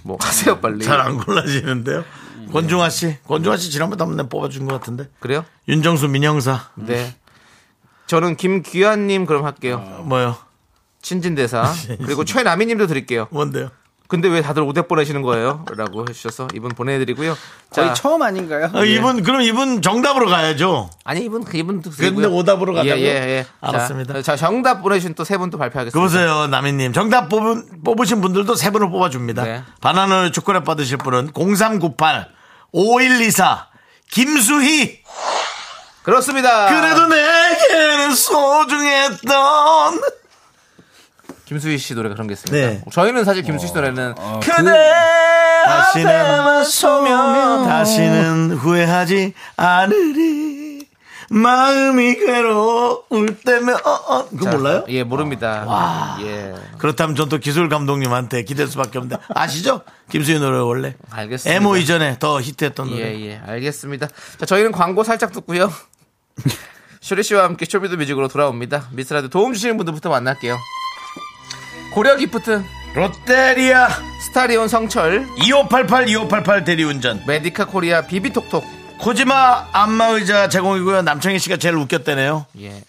B: 뭐 하세요 빨리.
A: 잘 안 골라지는데요.
B: 음. 네.
A: 권중아 씨, 권중아 씨 지난번에 한번 뽑아준 것 같은데.
B: 그래요?
A: 윤정수 민영사
B: 네. 저는 김귀환님 그럼 할게요.
A: 뭐요?
B: 친진대사.
A: 예.
B: 그리고 최남희님도 드릴게요.
A: 뭔데요?
B: 근데 왜 다들 오답 보내시는 거예요? 라고 해주셔서 이분 보내드리고요. 자,
D: 거의 처음 아닌가요?
B: 예.
A: 아, 이분 그럼 이분 정답으로 가야죠.
B: 아니 이분 그 이분도
A: 근데 오답으로 가자고요?
B: 예예 예. 자,
A: 알았습니다.
B: 자, 정답 보내주신 또 세 분 또 발표하겠습니다.
A: 그 보세요, 남인님. 정답 뽑은, 뽑으신 분들도 세 분을 뽑아줍니다.
B: 네.
A: 바나나 초콜릿 받으실 분은 0398 5124 김수희.
B: 그렇습니다.
A: 그래도 내게는 소중했던.
B: 김수희 씨 노래가 그런 게 있습니다.
A: 네. 어,
B: 저희는 사실 김수희 씨 노래는 그
A: 다시는 소면 다시는 후회하지 않으리. 마음이 괴로울 때면 어, 그거
B: 자,
A: 몰라요? 아,
B: 예 모릅니다. 예
A: 그렇다면 전 또 기술 감독님한테 기댈 수밖에 없는데 아시죠? 김수희 노래 원래
B: 알겠습니다.
A: MO 이전에 더 히트했던 그 노래.
B: 예, 예, 알겠습니다. 자, 저희는 광고 살짝 듣고요. 쇼리 씨와 함께 쇼비드 뮤직으로 돌아옵니다. 미스라드 도움 주시는 분들부터 만날게요. 고려 기프트,
A: 롯데리아
B: 스타리온 성철,
A: 2588 2588 대리운전
B: 메디카 코리아 비비톡톡.
A: 코지마 안마의자 제공이고요. 남창희 씨가 제일 웃겼다네요.
B: 예.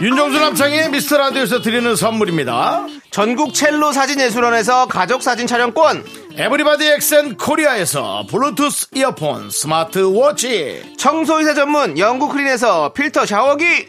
A: 윤정수 남창희 미스터 라디오에서 드리는 선물입니다.
B: 전국 첼로 사진 예술원에서 가족 사진 촬영권,
A: 에브리바디 엑센 코리아에서 블루투스 이어폰, 스마트 워치,
B: 청소이사 전문 영국 클린에서 필터 샤워기,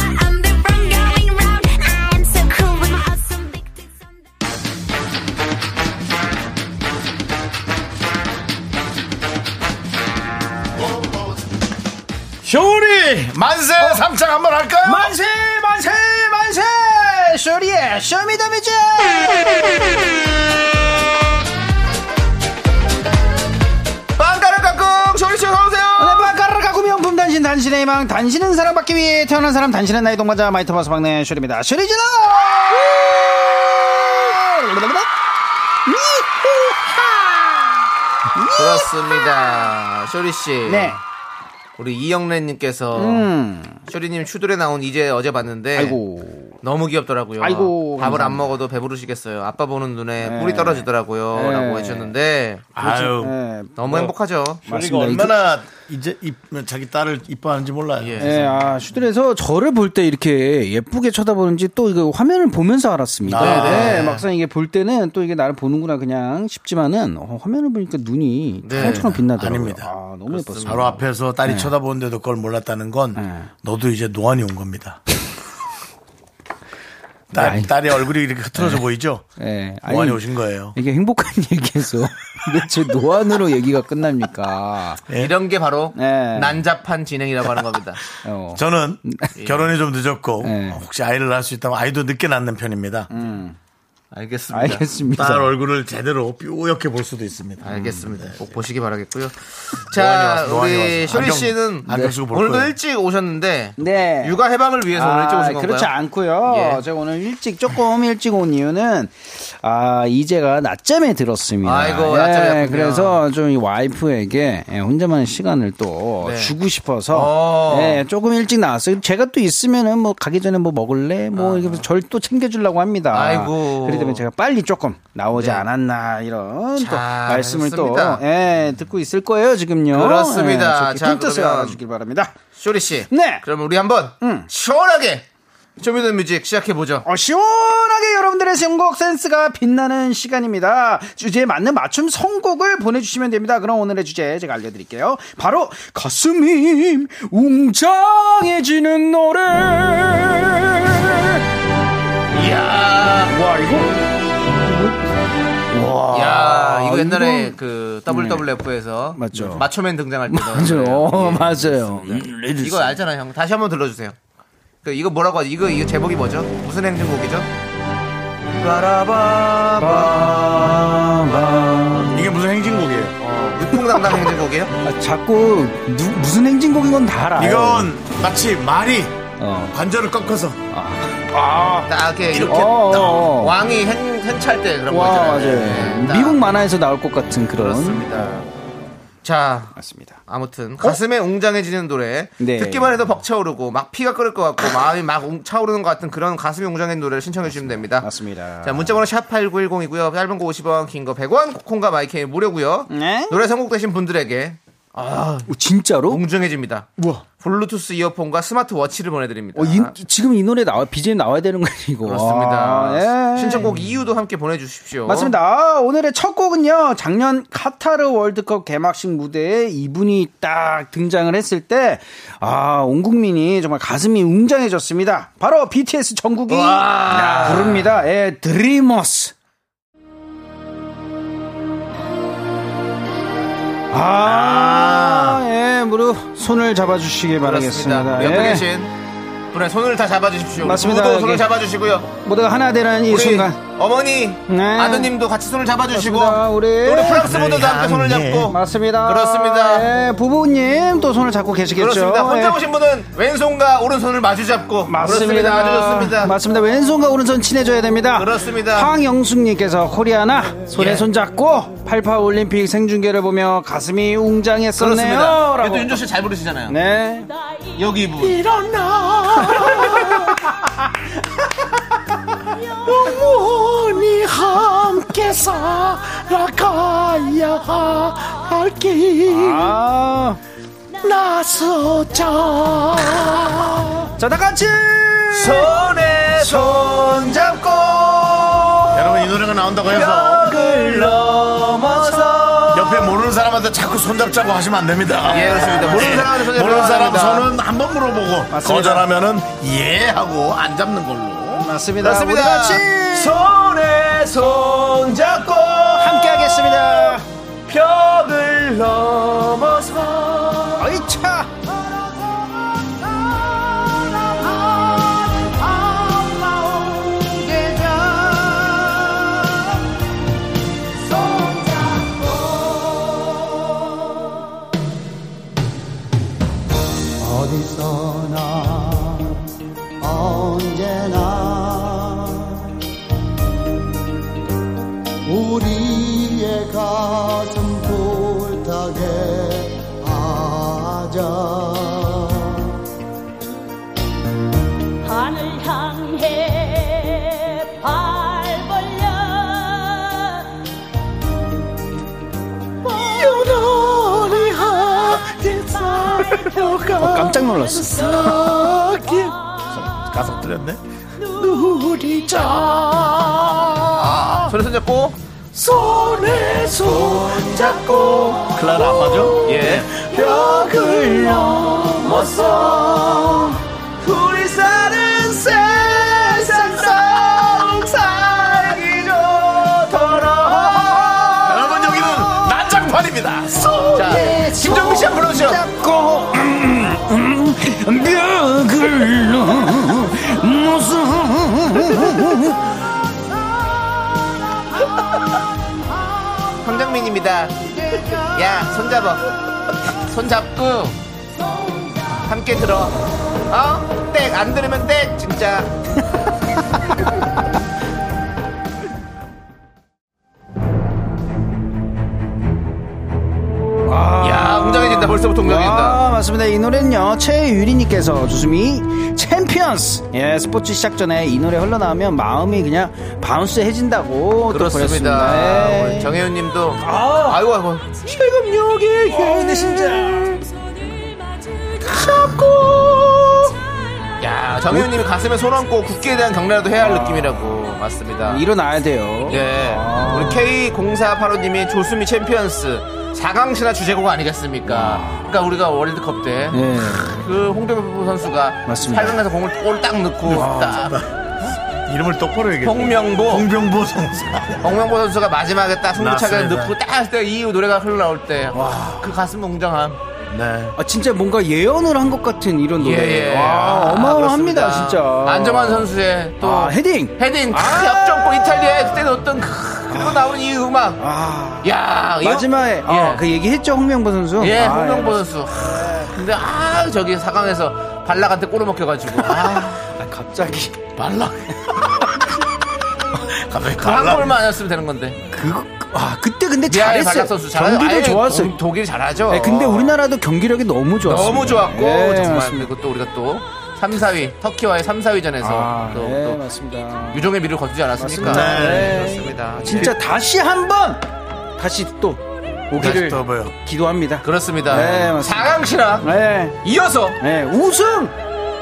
A: 효리 만세 삼창 한번 할까요?
D: 만세 만세 만세 쇼리의 쇼미더뮤직
B: 빵가루 깍꿍 소리씨 어서오세요!
D: 오늘 네, 빵가루를 가고 명품 단신 단신의 희망 단신은 사랑받기 위해 태어난 사람 단신은 나의 동반자 마이터마스 막내 쇼리입니다 쇼리질러
B: 그렇습니다. 쇼리씨.
D: 네.
B: 우리 이영래님께서
D: 음.
B: 쇼리님 슈돌에 나온 이제 어제 봤는데
D: 아이고.
B: 너무 귀엽더라고요.
D: 아이고,
B: 밥을 안
D: 감사합니다.
B: 먹어도 배부르시겠어요. 아빠 보는 눈에
D: 네.
B: 꿀이 떨어지더라고요.
D: 네.
B: 라고 해주셨는데
A: 아유,
D: 네,
B: 너무 행복하죠.
A: 효리가
D: 맞습니다.
A: 얼마나 이제 입, 자기 딸을 이뻐하는지 몰라요.
B: 예.
D: 네, 아, 슈들에서 저를 볼 때 이렇게 예쁘게 쳐다보는지 또 이거 화면을 보면서 알았습니다.
A: 아,
D: 네, 막상 이게 볼 때는 또 이게 나를 보는구나 그냥 싶지만은 어, 화면을 보니까 눈이
B: 네,
D: 사랑처럼 빛나더라고요.
A: 아닙니다.
D: 아, 너무 예뻤어요.
A: 바로 앞에서 딸이 쳐다보는데도 그걸 몰랐다는 건
D: 네.
A: 너도 이제 노안이 온 겁니다. 딸, 딸의 얼굴이 이렇게 흐트러져 보이죠?
D: 네, 아니,
A: 노안이 뭐 오신 거예요.
D: 이게 행복한 얘기에서 왜제 노안으로 얘기가 끝납니까?
B: 이런 게 바로
D: 네.
B: 난잡한 진행이라고 하는 겁니다.
D: 어.
A: 저는
B: 음.
A: 결혼이 좀 늦었고
B: 예.
D: 네.
A: 혹시 아이를 낳을 수 있다면 아이도 늦게 낳는 편입니다.
B: 음. 알겠습니다.
D: 알겠습니다.
A: 딸 얼굴을 제대로 뾰옇게 볼 수도 있습니다.
B: 알겠습니다.
D: 음, 네.
B: 꼭 보시기 바라겠고요. 자,
A: 네. 노안이 와서, 노안이
B: 우리
A: 와서.
B: 쇼리
A: 안경-
B: 씨는
A: 안경 쓰고 볼
B: 오늘도
A: 거예요.
B: 일찍 오셨는데
D: 네. 아,
B: 육아 해방을 위해서 오늘 일찍 오신 건가요?
D: 그렇지 않고요.
B: 예.
D: 제가 오늘 일찍 조금 일찍 온 이유는 아 이제가 낮잠에 들었습니다. 예,
B: 아이고, 낮잠에 왔군요.
D: 그래서 좀 이 와이프에게 예, 혼자만의 시간을 또
B: 네.
D: 주고
B: 어.
D: 싶어서 예, 조금 일찍 나왔어요. 제가 또 있으면은 뭐 가기 전에 뭐 먹을래 뭐 이렇게 해서 절 또 챙겨주려고 합니다.
B: 아. 아이고.
D: 그래도 되면 제가 빨리 조금 나오지
B: 네.
D: 않았나 이런 또
B: 잘
D: 말씀을
B: 했습니다.
D: 또 예, 듣고 있을 거예요 지금요.
B: 그렇습니다.
D: 예,
B: 자,
D: 깊은 뜻을
B: 그러면-
D: 알아주길 바랍니다.
B: 쇼리 씨.
D: 네.
B: 그럼 우리 한번
D: 음.
B: 시원하게 쇼미더 뮤직 시작해 보죠.
D: 어, 시원하게 여러분들의 선곡 센스가 빛나는 시간입니다. 주제에 맞는 맞춤 선곡을 보내주시면 됩니다. 그럼 오늘의 주제 제가 알려드릴게요. 바로 가슴이 웅장해지는 노래.
B: 이야.
D: 와 이거
B: 야, 이거
D: 음. 이건- 네.
B: 옛날에 그 WWF에서
D: 맞죠.
B: 마초맨 등장할 때
D: 맞아요, 어, 맞아요.
B: 이거 알잖아요, 형. 다시 한번 들러주세요. 그 이거 뭐라고 하지? 이거 이거 제목이 뭐죠? 무슨 행진곡이죠? 빠라바바.
A: 이게 무슨 행진곡이에요?
B: 육통 담당 행진곡이에요?
D: 아, 자꾸 누- 무슨 행진곡인 건 다 알아요.
A: 이건 마치 말이
D: 어.
A: 관절을 꺾어서
B: 딱 아, 이렇게
D: 어,
B: 이렇게
D: 어, 어.
B: 왕이 행, 행찰 때 그런
D: 와
B: 거잖아요. 네,
D: 맞아요. 네, 미국 만화에서 나올 것 같은 그런.
B: 맞습니다. 자,
D: 맞습니다.
B: 아무튼 가슴에 웅장해지는 노래
D: 어? 네.
B: 듣기만 해도 벅차오르고 막 피가 끓을 것 같고 마음이 막 웅- 차오르는 것 같은 그런 가슴이 웅장한 노래를 신청해 주시면 됩니다.
D: 맞습니다.
B: 자 문자번호 샵 8910이고요. 짧은 거 50원, 긴 거 100원, 콩과 마이크 무료고요.
D: 네.
B: 노래 선곡되신 분들에게 아,
D: 오, 진짜로?
B: 웅장해집니다.
D: 어? 우와.
B: 블루투스 이어폰과 스마트 워치를 보내드립니다.
D: 어, 이, 지금 이 노래 나와 BGM 나와야 되는 거 아니고.
B: 그렇습니다.
D: 아, 예.
B: 신청곡 이유도 함께 보내주십시오.
D: 맞습니다. 아, 오늘의 첫 곡은요. 작년 카타르 월드컵 개막식 무대에 이분이 딱 등장을 했을 때 아, 온 국민이 정말 가슴이 웅장해졌습니다. 바로 BTS 정국이
B: 와.
D: 부릅니다. 예, 드리머스. 아, 예, 무릎 손을 잡아 주시길 바라겠습니다.
B: 그렇습니다. 우리 옆에
D: 예.
B: 계신 분의 손을 다 잡아주십시오.
D: 맞습니다. 예.
B: 부부도 손을
D: 여기.
B: 잡아주시고요.
D: 모두가 하나 되는 이
B: 우리
D: 순간
B: 어머니,
D: 네.
B: 아드님도 같이 손을 잡아주시고
D: 맞습니다. 네.
B: 우리,
D: 우리
B: 프랑스
A: 네,
B: 분들도 함께 손을 잡고
D: 맞습니다.
B: 그렇습니다.
D: 예, 부부님 또 손을 잡고 계시겠죠.
B: 그렇습니다. 혼자
D: 예.
B: 오신 분은 왼손과 오른손을 마주 잡고 그렇습니다.
D: 맞습니다.
B: 아주 좋습니다.
D: 맞습니다. 왼손과 오른손 친해져야 됩니다.
B: 그렇습니다.
D: 황영숙님께서 코리아나 손에
B: 예.
D: 손잡고 88 올림픽 생중계를 보며 가슴이 웅장했었네요.
B: 그렇습니다.
D: 라고.
B: 그래도 윤조 씨 잘 부르시잖아요.
D: 네.
B: 여기 분.
D: 영원히 함께 살아가야 할게
B: 아.
D: 나서자 자 다같이
B: 손에 손 잡고
A: 여러분 이 노래가 나온다고 해서
B: 벽을 넘어서
A: 옆에 모르는 사람한테 자꾸 손잡자고 하시면 안 됩니다.
B: 예, 그렇습니다. 모르는 사람한테 손잡자고
A: 모르는 사람
B: 합니다.
A: 손은 한 번 물어보고 거절하면은 예 하고 안 잡는 걸로.
D: 맞습니다
B: 맞습니다.
D: 우리같이
B: 손에 손 잡고 함께
D: 함께하겠습니다
B: 벽을 넘어서
D: 어이차
F: 하늘 향해 발 벌려 영원히 함께 살펴가
D: 어, 깜짝 놀랐어 아,
A: 가사 틀렸네.
B: 손에 손 잡고
F: 손에 손 잡고
B: 그
A: 클라라 아빠죠? 네.
B: 예
F: 벽을 넘어서
B: 우리 사는 세상 속 살기 좋더라
A: 여러분 여기는 난장판입니다.
B: 자 김정민 씨한 번 불러주세요 음,
D: 벽을
B: 황정민입니다 야 손잡아 손잡고 함께 들어 어? 땡안 들으면 땡 진짜 야 아, 웅장해진 동작인다. 벌써부터 동작인다.
D: 아, 맞습니다. 이 노래는요, 최유리님께서 주수미 챔피언스! 예, 스포츠 시작 전에 이 노래 흘러나오면 마음이 그냥 바운스해진다고 또
B: 그렇습니다.
D: 보냈습니다.
B: 우리
D: 예.
B: 정혜윤님도
D: 아.
B: 아이고 아이고
D: 지금 여기 어, 내 심장.
B: 야 정혜윤님이 가슴에 손 얹고 국기에 대한 경례라도 해야
D: 아.
B: 할 느낌이라고 맞습니다.
D: 일어나야 돼요.
B: 예
D: 아.
B: 우리 K 0485님이 조수미 챔피언스 4강 신화 주제곡 아니겠습니까? 그러니까 우리가 월드컵 때 그
D: 예.
B: 홍대표 선수가
D: 맞습니다. 아,
B: 8강에서 공을 골딱 넣고 딱
A: 이름을 똑바로 얘기해.
B: 홍명보
A: 홍병보 선수.
B: 홍명보 선수가 마지막에 딱 승부차게
A: 맞습니다.
B: 넣고 딱이 노래가 흘러나올 때 그 가슴 웅장함
A: 네.
D: 아, 진짜 뭔가 예언을 한 것 같은 이런 노래.
B: 예, 예.
D: 와,
B: 아,
D: 어마어마합니다,
B: 그렇습니다.
D: 진짜.
B: 안정환 선수의 또
D: 아, 헤딩.
B: 헤딩 크, 역전골 이탈리아에 그때 넣었던 크, 그리고 나오는 이 음악.
D: 아,
B: 야 이거-
D: 마지막에 어,
B: 예.
D: 그 얘기했죠, 홍명보 선수?
B: 예,
D: 아,
B: 홍명보 선수. 하, 근데 아 저기 사강에서 발락한테 꼬로 먹혀가지고 아,
D: 아, 갑자기.
A: 발락. 갑자기
B: 그한
A: 발락.
B: 골만 안 했으면 되는 건데.
D: 그거, 아, 그때 근데
B: 예,
D: 잘했어요.
B: 발락 선수 잘하죠.
D: 경기도
B: 아예
D: 좋았어요.
B: 독- 독일 잘하죠.
D: 네, 근데 우리나라도 경기력이 너무 좋았어요.
B: 너무 좋았고
D: 네, 예,
B: 정말
D: 맞습니다.
B: 그리고 또 우리가 또 3, 4위 터키와의 3, 4위전에서
D: 아,
B: 또,
D: 예,
B: 또
D: 맞습니다.
B: 유종의 미를 거두지 않았습니까?
D: 맞습니다. 네.
B: 그렇습니다. 예.
D: 진짜 다시 한번 다시 또
A: 다시
D: 오기를
A: 또 봐요.
D: 기도합니다.
B: 네. 그렇습니다.
D: 네, 맞습니다.
B: 4강 신화
D: 네,
B: 이어서
D: 네, 우승.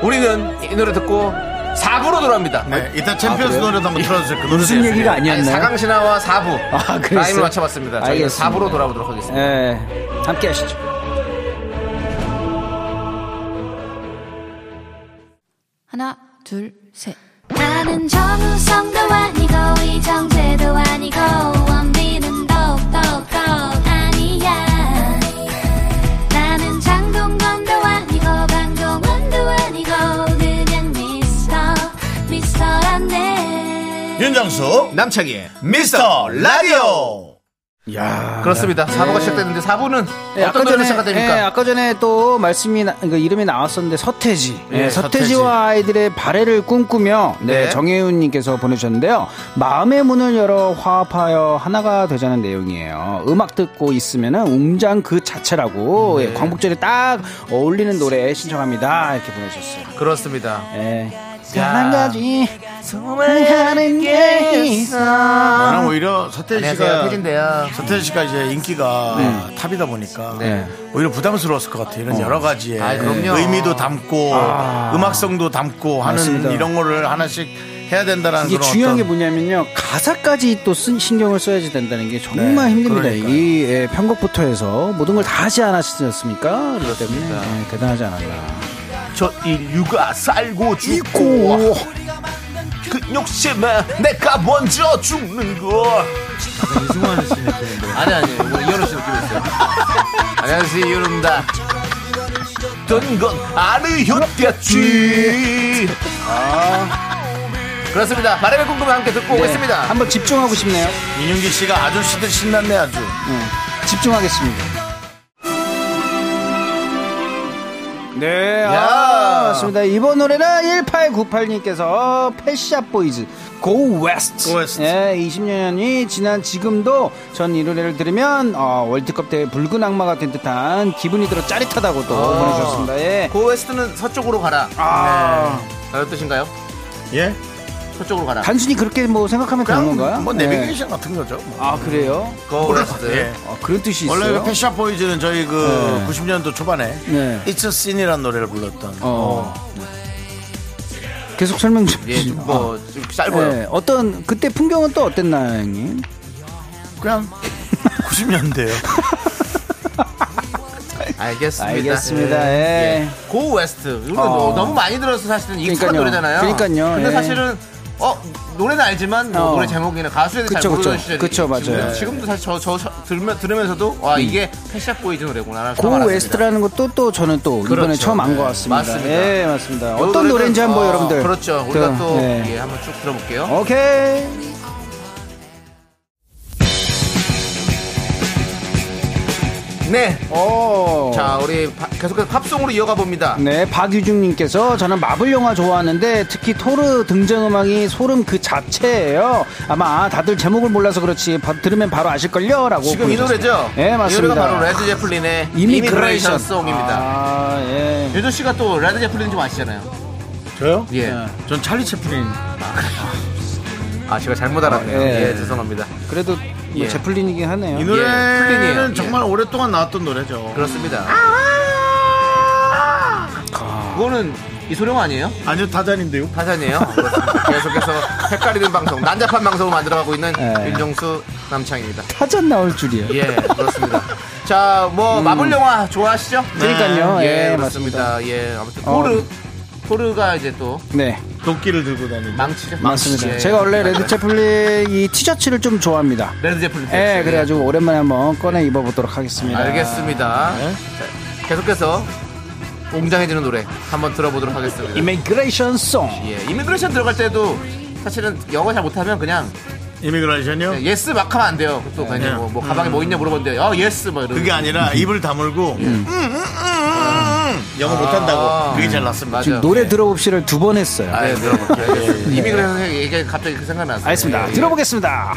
B: 우리는 이 노래 듣고 4부로 돌아옵니다.
A: 네, 이따 챔피언스
D: 그래요?
A: 노래도 한번 틀어주세요. 그 노래
D: 무슨 얘기가 아니었나요?
B: 4강 신화와 4부
D: 아, 그랬어요?
B: 라인을 맞춰봤습니다. 저희가
D: 알겠습니다.
B: 4부로 돌아오도록 하겠습니다.
D: 예, 함께 하시죠.
I: 하나, 둘, 셋.
F: 나는 정우성도 아니고 이정재도 아니고 원빈은 더욱더 아니야 나는 장동건도 아니고 방종원도 아니고 그냥 미스터 미스터란데
A: 윤정수
B: 남창희의
A: 미스터 라디오.
D: 네.
A: 야.
B: 그렇습니다. 4부가 시작됐는데 4부는
D: 예,
B: 어떤 노래로 시작됩니까?
D: 예, 아까 전에 또 말씀이 나- 그 이름이 나왔었는데 서태지.
A: 예,
D: 예,
A: 서태지.
D: 서태지와 아이들의 발해를 꿈꾸며 네,
B: 네.
D: 정혜윤님께서 보내주셨는데요. 마음의 문을 열어 화합하여 하나가 되자는 내용이에요. 음악 듣고 있으면은 웅장 그 자체라고 예, 광복절에 딱 어울리는 노래 신청합니다 이렇게 보내주셨어요.
B: 그렇습니다.
D: 예.
B: 한 가지
D: 소망하는 게 있어.
A: 나는 오히려
D: 네,
A: 서태지
B: 안녕하세요.
A: 씨가
B: 혜진데요.
A: 서태지 씨가 이제 인기가 탑이다 보니까
D: 네. 어.
A: 오히려 부담스러웠을 것 같아요. 이런 여러 가지의
B: 아, 그럼요.
A: 의미도 담고 음악성도 담고 하는
D: 아. 맞습니다.
A: 이런 거를 하나씩 해야 된다라는
D: 이게
A: 그런
D: 중요한
A: 어떤
D: 게 뭐냐면요 가사까지 또 쓴, 신경을 써야지 된다는 게 정말
A: 네,
D: 힘듭니다
A: 그러니까요.
D: 이 예, 편곡부터 해서 모든 걸 다 하지 않았습니까 그렇기 때문에 예, 대단하지 않았나
B: 저 인류가 살고 죽고 그 욕심에 내가 먼저 죽는 거.
A: 이승환 씨 느낌인데.
B: 아니 아니 이거 이현우 씨 느낌 있어요. 안녕하세요 이현우입니다. 던건 아니었겠지. 그렇습니다. 바람의 궁금함 함께 듣고 오겠습니다.
D: 네, 한번 집중하고 싶네요
A: 민윤기 씨가 아저씨들 신났네 아주.
D: 예, 집중하겠습니다 네,
B: 야.
D: 아, 맞습니다. 이번 노래는 1898님께서 패샷 보이즈 Go West.
A: Go West.
D: 예, 20년이 지난 지금도 전 이 노래를 들으면 어, 월드컵 때 붉은 악마가 된 듯한 기분이 들어 짜릿하다고 또
A: 아.
D: 보내주셨습니다.
A: 네.
D: 예.
B: 고웨스트는 서쪽으로 가라.
D: 아.
B: 네. 어떤 뜻인가요?
A: 예?
B: 서쪽으로 가라.
D: 단순히 뭐- 그렇게 뭐 생각하면 되는 건가요?
A: 그냥 뭐
D: 네.
A: 내비게이션 같은 거죠. 뭐.
D: 아 그래요?
B: 고웨스트.
A: 예.
D: 아, 그런 뜻이 있어요.
A: 원래 패션 보이즈는 저희 그 90년도 초반에
D: 네.
A: It's a Sin이라는 노래를 불렀던
D: 어. 계속 설명 좀
B: 예,
D: 해주세요.
B: 좀 뭐, 좀 짧아요.
D: 네, 어떤 그때 풍경은 또 어땠나요, 형님?
A: 그냥 90년대요.
B: 알겠습니다.
D: 알겠습니다. 예.
B: 고 웨스트. 이거
D: 어.
B: 뭐 너무 많이 들어서 사실은 익숙한
D: 그러니까요.
B: 노래잖아요.
D: 그러니까요.
B: 근데
D: 예.
B: 사실은 어 노래는 알지만 뭐
D: 어.
B: 노래 제목이나 가수에 대해
D: 그쵸,
B: 잘 모르는
D: 그쵸.
B: 시절이
D: 그쵸, 맞아요. 음.
B: 지금도 사실 저, 저, 저 들으면, 들으면서도 와 이게 패샷 보이즈 노래구나.
D: 고 웨스트라는 것도 또 저는 또 이번에
B: 그렇죠.
D: 처음 안 것 같습니다.
B: 맞습니다.
D: 예, 맞습니다. 어떤 노래인지 한번 여러분들.
B: 그렇죠. 우리가
D: 그,
B: 또
D: 네.
B: 예, 한번 쭉 들어볼게요.
D: 오케이.
B: 네.
D: 오.
B: 자, 우리 바- 계속해서 팝송으로 이어가 봅니다.
D: 네, 박유중님께서 저는 마블 영화 좋아하는데 특히 토르 등장 음악이 소름 그 자체예요. 아마 다들 제목을 몰라서 그렇지 바- 들으면 바로 아실걸요라고.
B: 지금 이 노래죠?
D: 네, 맞습니다.
B: 이 노래가 바로 레드 제플린의
D: 이미그레이션.
B: 이미그레이션 송입니다.
D: 아, 예.
B: 유조 씨가 또 레드 제플린 좀 아시잖아요.
A: 저요?
D: 네.
B: 예.
A: 전 찰리 채플린.
B: 아, 제가 잘못 알았네요.
D: 아, 예.
B: 예, 죄송합니다.
D: 그래도 뭐
B: 예.
D: 제플린이긴 하네요.
A: 이
B: 플린이에요.
A: 노래는
B: 예.
A: 정말 오랫동안 나왔던 노래죠.
B: 그렇습니다. 아! 그거는 이소룡 아니에요?
A: 아니요, 타잔인데요.
B: 타산이에요. 어, 그렇습니다. 계속해서 헷갈리는 방송, 난잡한 방송을 만들어가고 있는
D: 예.
B: 윤정수 남창입니다.
D: 타잔 나올 줄이에요.
B: 예, 그렇습니다. 자, 뭐 마블 영화 좋아하시죠?
D: 음. 네. 그러니까요.
B: 예,
D: 예,
B: 맞습니다. 예, 아무튼
D: 어.
B: 토르, 토르가 이제 또
D: 네,
A: 도끼를 들고 다니는.
B: 망치죠.
D: 음. 맞습니다.
B: 예.
D: 제가 원래 레드 제플린 이 티셔츠를 좀 좋아합니다.
B: 레드 제플린.
D: 예,
B: 팬이시죠?
D: 그래가지고 오랜만에 한번 꺼내 입어보도록 하겠습니다. 네.
B: 알겠습니다. 자, 계속해서 웅장해지는 노래 한번 들어보도록 하겠습니다.
D: 이미그레이션 송.
B: 예, 이미그레이션 들어갈 때도 사실은 영어 잘 못하면 그냥
D: 어.
A: 이미그레이션이요?
B: 예스 막 하면 안 돼요. 또
D: 네.
B: 그냥 뭐,
D: 음.
B: 뭐 가방에 뭐 있냐 물어보는데 어 예스 뭐 이런.
A: 그게 아니라 입을 다물고 음, 음, 음, 음. 영어 못한다고 그게 잘 났습니다.
B: 맞아요.
D: 노래 들어봅시를 두 번 했어요.
B: 아, 예, 들어볼게요. 알겠습니다. 이미그레이션 얘기 갑자기 그 생각났어요.
D: 알겠습니다.
B: 예, 예.
D: 들어보겠습니다.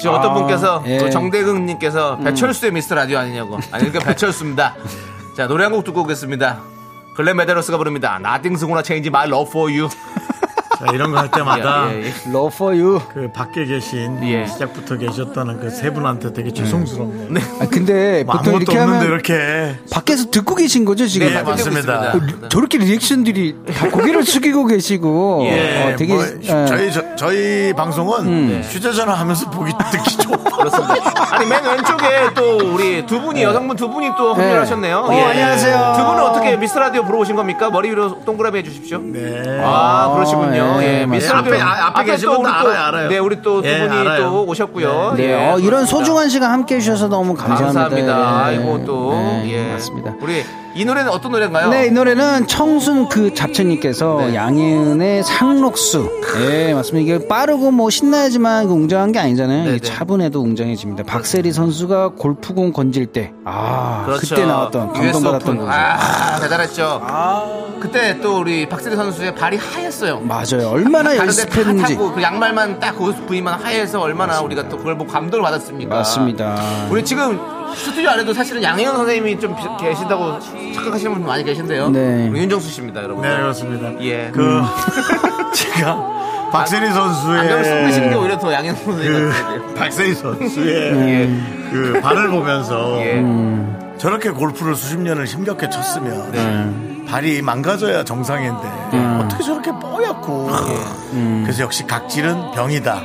B: 지금 어떤
D: 아,
B: 분께서
D: 예.
B: 또 정대근님께서 배철수의 미스터 라디오 아니냐고 아니 그 배철수입니다 자 노래 한 곡 듣고 오겠습니다 글렌 메데로스가 부릅니다 나띵 스구나 체인지 마이 러브 포 유.
A: 자, 이런 거 할 때마다
B: 예, 예.
D: Love for you.
A: 그 밖에 계신
B: 예.
A: 시작부터 계셨다는 그 세 분한테 되게 죄송스럽네요.
D: 아, 근데
A: 뭐
D: 보통
A: 아무것도
D: 이렇게 하면
A: 없는데 이렇게
D: 밖에서 듣고 계신 거죠 지금?
A: 네, 맞습니다.
D: 어, 리- 저렇게 리액션들이 다 고개를 숙이고 계시고
A: 예,
D: 어, 되게
A: 뭐,
D: 예.
A: 저희 저, 저희 방송은 휴대전화 하면서 보기 듣기 좋고
B: 그렇습니다. 아니 맨 왼쪽에 또 우리 두 분이 여성분 두 분이 또 합류하셨네요.
D: 네.
B: 예.
D: 어, 안녕하세요.
B: 두 분은 어떻게 미스 라디오 보러 오신 겁니까? 머리 위로 동그라미 해주십시오.
A: 네.
B: 아 그러시군요.
D: 예,
B: 예, 미스
A: 맞습니다.
B: 라디오
A: 앞에, 아, 앞에 계신
B: 또
A: 분도
B: 우리 또-
A: 알아요, 알아요.
B: 네, 우리 또 두
A: 예,
B: 분이
A: 알아요.
B: 또 오셨고요.
D: 네,
B: 예,
D: 어, 이런
B: 그렇습니다.
D: 소중한 시간 함께 해주셔서 너무 감사합니다.
B: 감사합니다.
D: 예, 예.
B: 아이고 또
D: 네,
B: 예.
D: 맞습니다.
B: 우리 이 노래는 어떤 노래인가요?
D: 네, 이 노래는 청순 그 잡채님께서
B: 네.
D: 양희은의 상록수. 예, 맞습니다. 이게 빠르고 뭐 신나야지만 그 웅장한 게 아니잖아요.
B: 네, 네.
D: 이게 차분해도 웅장해집니다. 박세리 선수가 골프공 건질 때. 아, 그때
B: 그렇죠.
D: 나왔던
B: US
D: 감동받았던
B: 오픈.
D: 거죠.
B: 아, 대단했죠. 그때 또 우리 박세리 선수의 발이 하였어요.
D: 맞아요. 얼마나
B: 다른데 다
D: 연습했는지.
B: 타고 그 양말만 딱 그 부위만 하얘서 얼마나 우리가 또 그걸 보고 감동을 받았습니까?
D: 맞습니다.
B: 우리 지금 스튜디오 안에도 사실은 양혜영 선생님이 좀 비- 계신다고 착각하시는 분들 많이 계신데요.
D: 네.
B: 우리 윤정수 씨입니다, 여러분.
A: 네 그렇습니다.
B: 예. 음.
A: 그 제가 박세리
B: 안경을 쓰고 계시는 게
A: 선수의
B: 오히려 더 양혜영 선생님
A: 그
B: 같아요.
A: 박세리 선수의
D: 예.
A: 그 발을 보면서
B: 예.
A: 저렇게 골프를 수십 년을 힘겹게 쳤으면
D: 네.
A: 발이 망가져야 정상인데 어떻게 저렇게 뽀얗고
D: 예. 음.
A: 그래서 역시 각질은 병이다.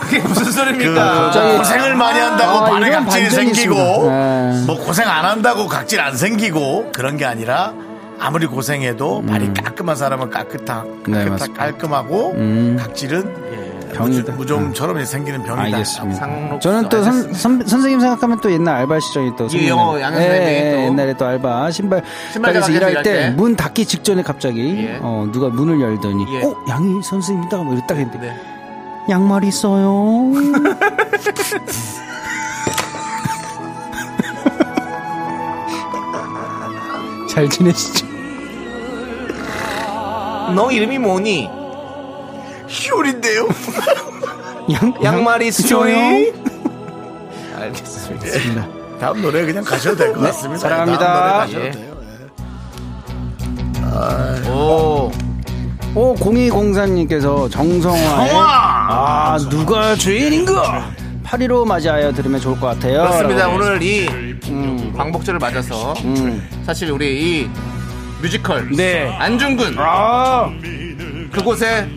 B: 그게 무슨
A: 그
B: 소리입니까?
A: 고생을 많이 한다고
D: 그러니까 아,
A: 발에
D: 이런
A: 각질이
D: 반전이
A: 생기고
D: 있습니다. 네.
A: 뭐 고생 안 한다고 각질 안 생기고 그런 게 아니라 아무리 고생해도 발이 깔끔한 사람은 깔끔한
D: 음. 네,
A: 깔끔하,
D: 맞습니다. 음.
A: 깔끔하고 각질은
D: 병이다. 네.
A: 무좀, 처럼 생기는 병이다.
D: 알겠습니다.
B: 상록수
D: 저는 또 선,
B: 알겠습니다. 예,
D: 선, 선생님 생각하면 또 옛날 알바 시절이 또. 생각나요.
B: 영어 양현 선생님이 또.
D: 옛날에 또 알바 신발
B: 신발
D: 가게에서
B: 가게에서
D: 일할
B: 일할
D: 때
B: 때.
D: 문 닫기 직전에 갑자기
B: 예.
D: 어, 누가 문을 열더니
B: 예.
D: 어 양희 선생님이다 뭐 이랬다 했는데
B: 네.
D: 양말 있어요. 잘 지내시죠?
B: 너 이름이 뭐니?
A: 쇼린데요.
D: 양,
B: 양말이
D: 있어요?
B: 스토리? 알겠습니다.
A: 다음 노래 그냥 가셔도 될 것 같습니다. 네,
D: 사랑합니다.
A: 다음 노래 가셔도
B: 예.
A: 돼요. 예.
B: 오.
D: 오, 0204님께서 어, 정성화. 아, 누가 주인인가? 8.15 맞이하여 들으면 좋을 것 같아요.
B: 그렇습니다.
D: 라고
B: 오늘 이
A: 네.
B: 음, 광복절을 맞아서 사실 우리 이 뮤지컬
D: 음, 네.
B: 안중근
D: 아,
B: 그곳의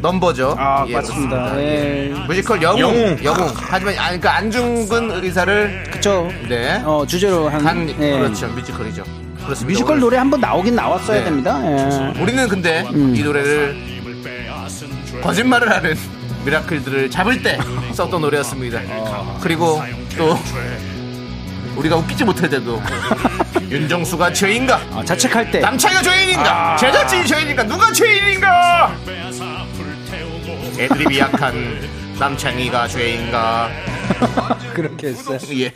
B: 넘버죠.
D: 아
B: 예,
D: 맞습니다. 예.
B: 뮤지컬 영웅, 영웅, 하지만 아, 그러니까 안중근 의사를
D: 그쵸.
B: 네.
D: 어, 주제로 한.
B: 단
D: 예.
B: 그렇죠 뮤지컬이죠. 그렇습니다.
D: 뮤지컬
B: 오늘.
D: 노래 한번 나오긴 나왔어야
B: 네.
D: 됩니다. 예.
B: 우리는 근데 이 노래를 거짓말을 하는 미라클들을 잡을 때 썼던 노래였습니다. 그리고 또 우리가 웃기지 못할 때도 윤정수가 죄인가?
D: 아, 자책할 때.
B: 남창이가 죄인인가? 제작진이 죄인인가? 누가 죄인인가? 애드립이 약한 남창이가 죄인가?
D: 그렇게 했어요.
B: 예.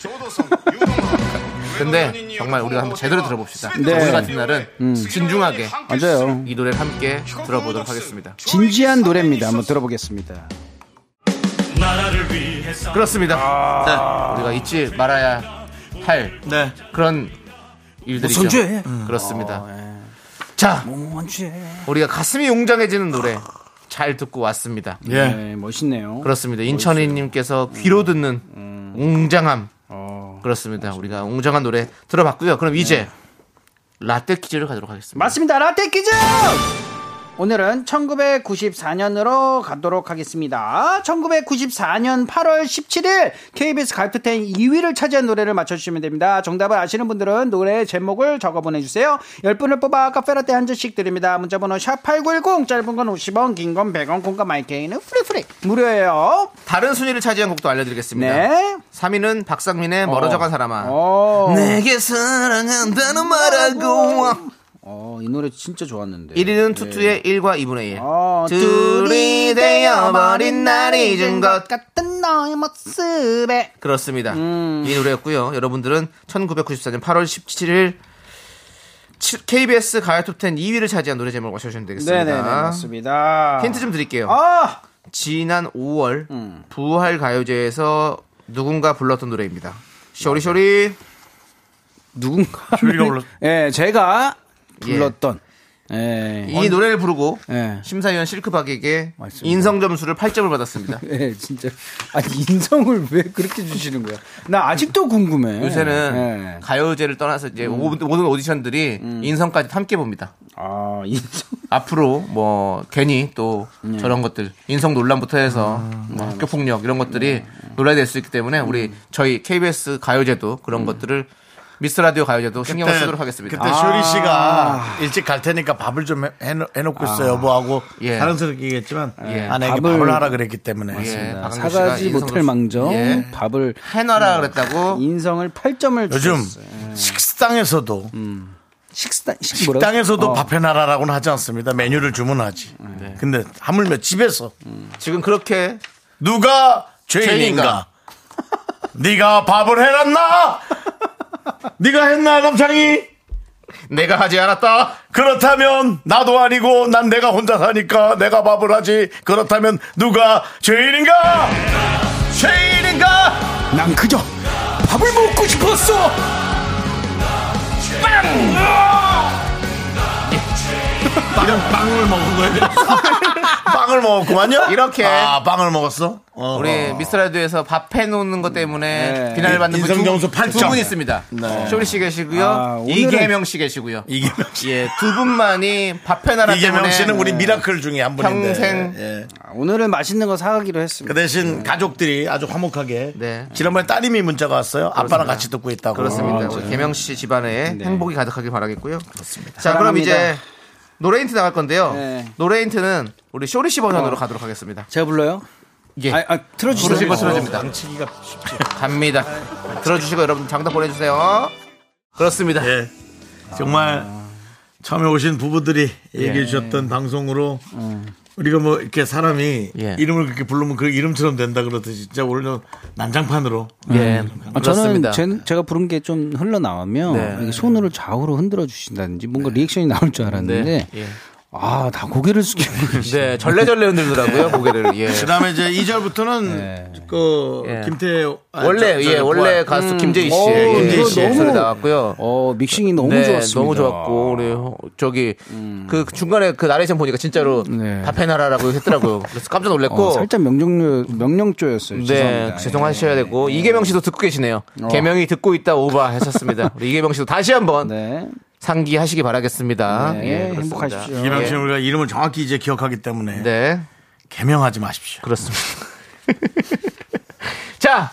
B: 근데 정말 우리가 한번 제대로 들어봅시다.
D: 네.
B: 오늘 같은 날은 진중하게
D: 맞아요.
B: 이 노래를 함께 들어보도록 하겠습니다.
D: 진지한 노래입니다. 한번 들어보겠습니다.
J: 나라를 위해서
B: 그렇습니다.
D: 아.
B: 네. 우리가 잊지 말아야 할
D: 네.
B: 그런 일들이죠. 음,
D: 무슨 죄?
B: 그렇습니다.
D: 어, 예.
B: 자, 우리가 가슴이 웅장해지는 노래 잘 듣고 왔습니다.
A: 예.
D: 네, 멋있네요.
B: 그렇습니다. 인천이님께서 귀로 듣는 웅장함. 어. 그렇습니다. 우리가 웅장한 노래 들어봤고요. 그럼 이제 라떼 퀴즈를 가도록 하겠습니다.
D: 맞습니다. 라떼 퀴즈! 오늘은 1994년으로 가도록 하겠습니다. 1994년 8월 17일 KBS 가입투텐 2위를 차지한 노래를 맞춰주시면 됩니다. 정답을 아시는 분들은 노래 제목을 적어 보내주세요. 10분을 뽑아 카페라떼 한 잔씩 드립니다. 문자번호 샵8910 짧은 건 50원 긴 건 100원 공과 마이케이는 프리프리 무료예요.
B: 다른 순위를 차지한 곡도 알려드리겠습니다.
D: 네.
B: 3위는 박상민의 멀어져간 사람아. 음.
D: 어,
B: 내게 사랑한다는 말하고.
D: 어, 이 노래 진짜 좋았는데.
B: 1위는 투투의 1과 2분의 1.
D: 어,
B: 네. 둘이 되어버린 날이 잊은 것
D: 같은 너의 모습에
B: 그렇습니다.
D: 음.
B: 이 노래였고요. 여러분들은 1994년 8월 17일 KBS 가요톱10 2위를 차지한 노래 제목을 맞춰주시면 되겠습니다.
D: 네네네 맞습니다.
B: 힌트 좀 드릴게요.
D: 아
B: 지난 5월
D: 음.
B: 부활 가요제에서 누군가 불렀던 노래입니다. 쇼리쇼리
D: 누군가
A: 조이가 불렀-
D: 예 제가
B: 예.
D: 불렀던 예.
B: 이 노래를 부르고
D: 예.
B: 심사위원 실크박에게
D: 맞습니다.
B: 인성 점수를 8점을 받았습니다.
D: 예, 진짜 아니 인성을 왜 그렇게 주시는 거야? 나 아직도 궁금해.
B: 요새는
D: 예.
B: 가요제를 떠나서 이제
D: 음.
B: 오- 모든 오디션들이 인성까지 함께 봅니다.
D: 아 인성
B: 앞으로 뭐 괜히 또
A: 네.
B: 저런 것들 인성 논란부터 해서
A: 아,
B: 뭐 학교 폭력 이런 것들이
A: 네,
B: 논란이 될 수 있기 때문에 우리
A: 음.
B: 저희 KBS 가요제도 그런 것들을 미스 라디오 가요제도 신경을 쓰도록 하겠습니다.
A: 네.
B: 아,
A: 그때 쇼리 씨가 일찍 갈 테니까 밥을 좀 해, 놓고 있어요. 여보하고
B: 예.
A: 사랑스럽게겠지만
B: 예.
A: 아내에게
D: 밥을-
A: 밥을, 하라 그랬기 때문에
B: 예, 박은규 씨가
D: 사가지
B: 인성
D: 못할 망정
B: 예.
D: 밥을
A: 음.
B: 해놔라 그랬다고
D: 인성을 8점을
A: 요즘
D: 주셨어요.
A: 식당에서도
D: 식당 식- 뭐라고?
A: 식당에서도
D: 어.
A: 밥해 나라라고는 하지 않습니다. 메뉴를 주문하지. 근데 하물며 집에서
B: 지금 그렇게
A: 누가 죄인인가?
B: 죄인인가?
A: 네가 밥을 해놨나? 네가 했나 남창이?
B: 내가 하지 않았다.
A: 그렇다면 나도 아니고 난 내가 혼자 사니까 내가 밥을 하지. 그렇다면 누가 죄인인가? 죄인인가?
D: 난 그저 밥을 먹고 싶었어.
A: 빵을 먹은 거예요. 빵을 먹었구만요.
B: 이렇게.
A: 아 빵을 먹었어. 어.
B: 우리 미스 라디오에서 밥 해놓는 것 때문에
D: 네.
B: 비난을 받는
A: 인성 점수 팔 점.
B: 분두분 있습니다. 쇼리 씨 계시고요,
D: 아, 오늘은-
B: 이계명 씨 계시고요.
A: 이계명 씨.
B: 예, 두 분만이 밥 해놔라 때문에
A: 이재명 씨는 우리 미라클 중에 한 분인데.
B: 평생
A: 예.
D: 아, 오늘은 맛있는 거 사가기로 했습니다.
A: 그 대신 가족들이 아주 화목하게.
B: 네.
A: 지난번에 따님이 문자가 왔어요. 아빠랑 같이 듣고 있다고.
B: 그렇습니다.
A: 아,
B: 우리 개명 씨 집안에
D: 네.
B: 행복이 가득하길 바라겠고요. 그렇습니다. 자, 그럼
D: 사랑합니다.
B: 이제 노래 힌트 나갈 건데요.
D: 네.
B: 노래 힌트는 우리 쇼리 씨 버전으로 가도록 하겠습니다.
D: 제가 불러요?
B: 예.
D: 아, 아, 틀어주세요.
B: 부르실 거 틀어줍니다. 갑니다. 들어주시고 여러분 정답 보내주세요. 그렇습니다.
A: 예. 정말
B: 아.
A: 처음에 오신 부부들이
B: 예.
A: 얘기해 주셨던 방송으로 우리가 뭐 이렇게 사람이
B: 음. 예.
A: 이름을 그렇게 부르면 그 이름처럼 된다 그러듯이 진짜 오늘은 난장판으로
B: 예,
D: 아,
B: 그렇습니다.
D: 저는 제, 제가 부른 게 좀 흘러나오면
B: 네.
D: 이렇게 손으로 좌우로 흔들어 주신다든지 뭔가 리액션이 나올 줄 알았는데
B: 네. 예.
D: 아, 다 고개를 숙이고 계시네.
B: 네, 절레절레 흔들더라고요 고개를. 예.
A: 그다음에 이제 2절부터는 그
B: 예.
A: 김태호 아, 저-
B: 원래
A: 저-
B: 예,
A: 부활.
B: 원래 가수 김재희 씨,
D: 어우,
B: 김재희
A: 이거
B: 씨
A: 너무-
B: 예, 목소리 나왔고요.
D: 어, 믹싱이 너무
B: 네,
D: 좋았습니다. 음.
B: 너무 좋았고 우리 호- 저기 그 중간에 그 나레이션 보니까 진짜로
D: 네.
B: 밥해 나라라고 했더라고요. 그래서 깜짝 놀랐고.
D: 어, 살짝 명령 명령조였어요.
B: 네,
D: 죄송합니다. 예.
B: 죄송하셔야 되고 이계명 씨도 듣고 계시네요.
D: 어.
B: 개명이 듣고 있다 오바 하셨습니다. 우리 이계명 씨도 다시 한번
D: 네.
B: 상기하시기 바라겠습니다.
D: 네,
B: 아, 예, 그렇습니다.
D: 행복하십시오.
A: 이명 씨는
B: 예.
A: 우리가 이름을 정확히 이제 기억하기 때문에
B: 네,
A: 개명하지 마십시오.
B: 그렇습니다. 자,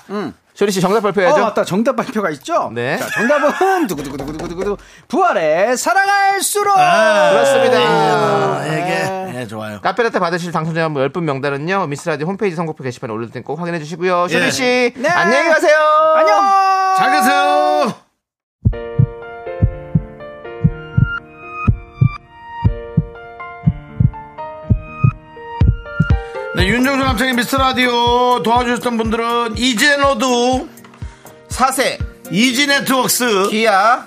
B: 쇼리 씨 정답
D: 어,
B: 발표해야죠.
D: 맞다. 정답 발표가 있죠?
B: 네.
D: 자, 정답은 두구두구두구두구두구 부활의 사랑할수록
B: 아. 그렇습니다.
A: 예, 예, 좋아요.
B: 카페라떼 받으실 당첨자 10분 명단은요. 미스라디 홈페이지 선곡표 게시판에 올릴 테니 꼭 확인해 주시고요. 쇼리
A: 예.
B: 씨,
D: 네.
B: 안녕히 가세요.
D: 안녕.
B: 잘 계세요.
A: 네, 윤 윤정수 남창의 미스터 라디오 도와주셨던 분들은 이젠어두
B: 사세
A: 이지 네트웍스
B: 기아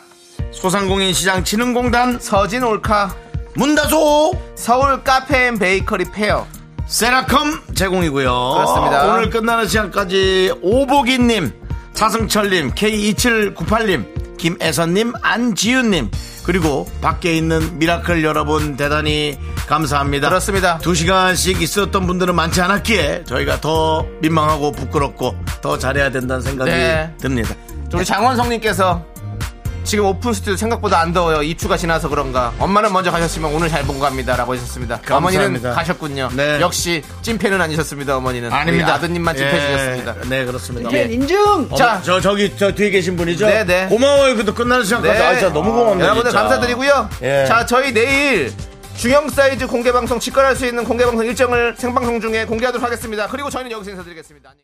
A: 소상공인 시장 진흥공단
B: 서진 올카
A: 문다소
B: 서울 카페 앤 베이커리 페어
A: 세라컴 제공이고요.
B: 그렇습니다.
A: 오늘 끝나는 시간까지 오보기님, 차승철님, K2798님, 김애선님, 안지윤님, 그리고 밖에 있는 미라클 여러분 대단히 감사합니다.
B: 그렇습니다.
A: 두 시간씩 있었던 분들은 많지 않았기에 저희가 더 민망하고 부끄럽고 더 잘해야 된다는 생각이
B: 네.
A: 듭니다.
B: 우리 장원성님께서 지금 오픈 스튜디오 생각보다 안 더워요. 입추가 지나서 그런가. 엄마는 먼저 가셨지만 오늘 잘 보고 갑니다라고 하셨습니다.
A: 감사합니다.
B: 어머니는 가셨군요.
A: 네.
B: 역시 찐팬은 아니셨습니다. 어머니는 우리 아드님만 찐팬 주셨습니다.
A: 예. 네, 그렇습니다.
D: 팬 인증!
A: 자,
B: 자.
A: 저 저기 저 뒤에 계신 분이죠?
B: 네, 네.
A: 고마워요. 그래도 끝나는 시간까지 아, 진짜 너무 고맙네요.
B: 여러분들
A: 진짜.
B: 감사드리고요.
A: 예.
B: 자, 저희 내일 중형 사이즈 공개 방송 직관할 수 있는 공개 방송 일정을 생방송 중에 공개하도록 하겠습니다. 그리고 저희는 여기서 인사드리겠습니다. 안녕히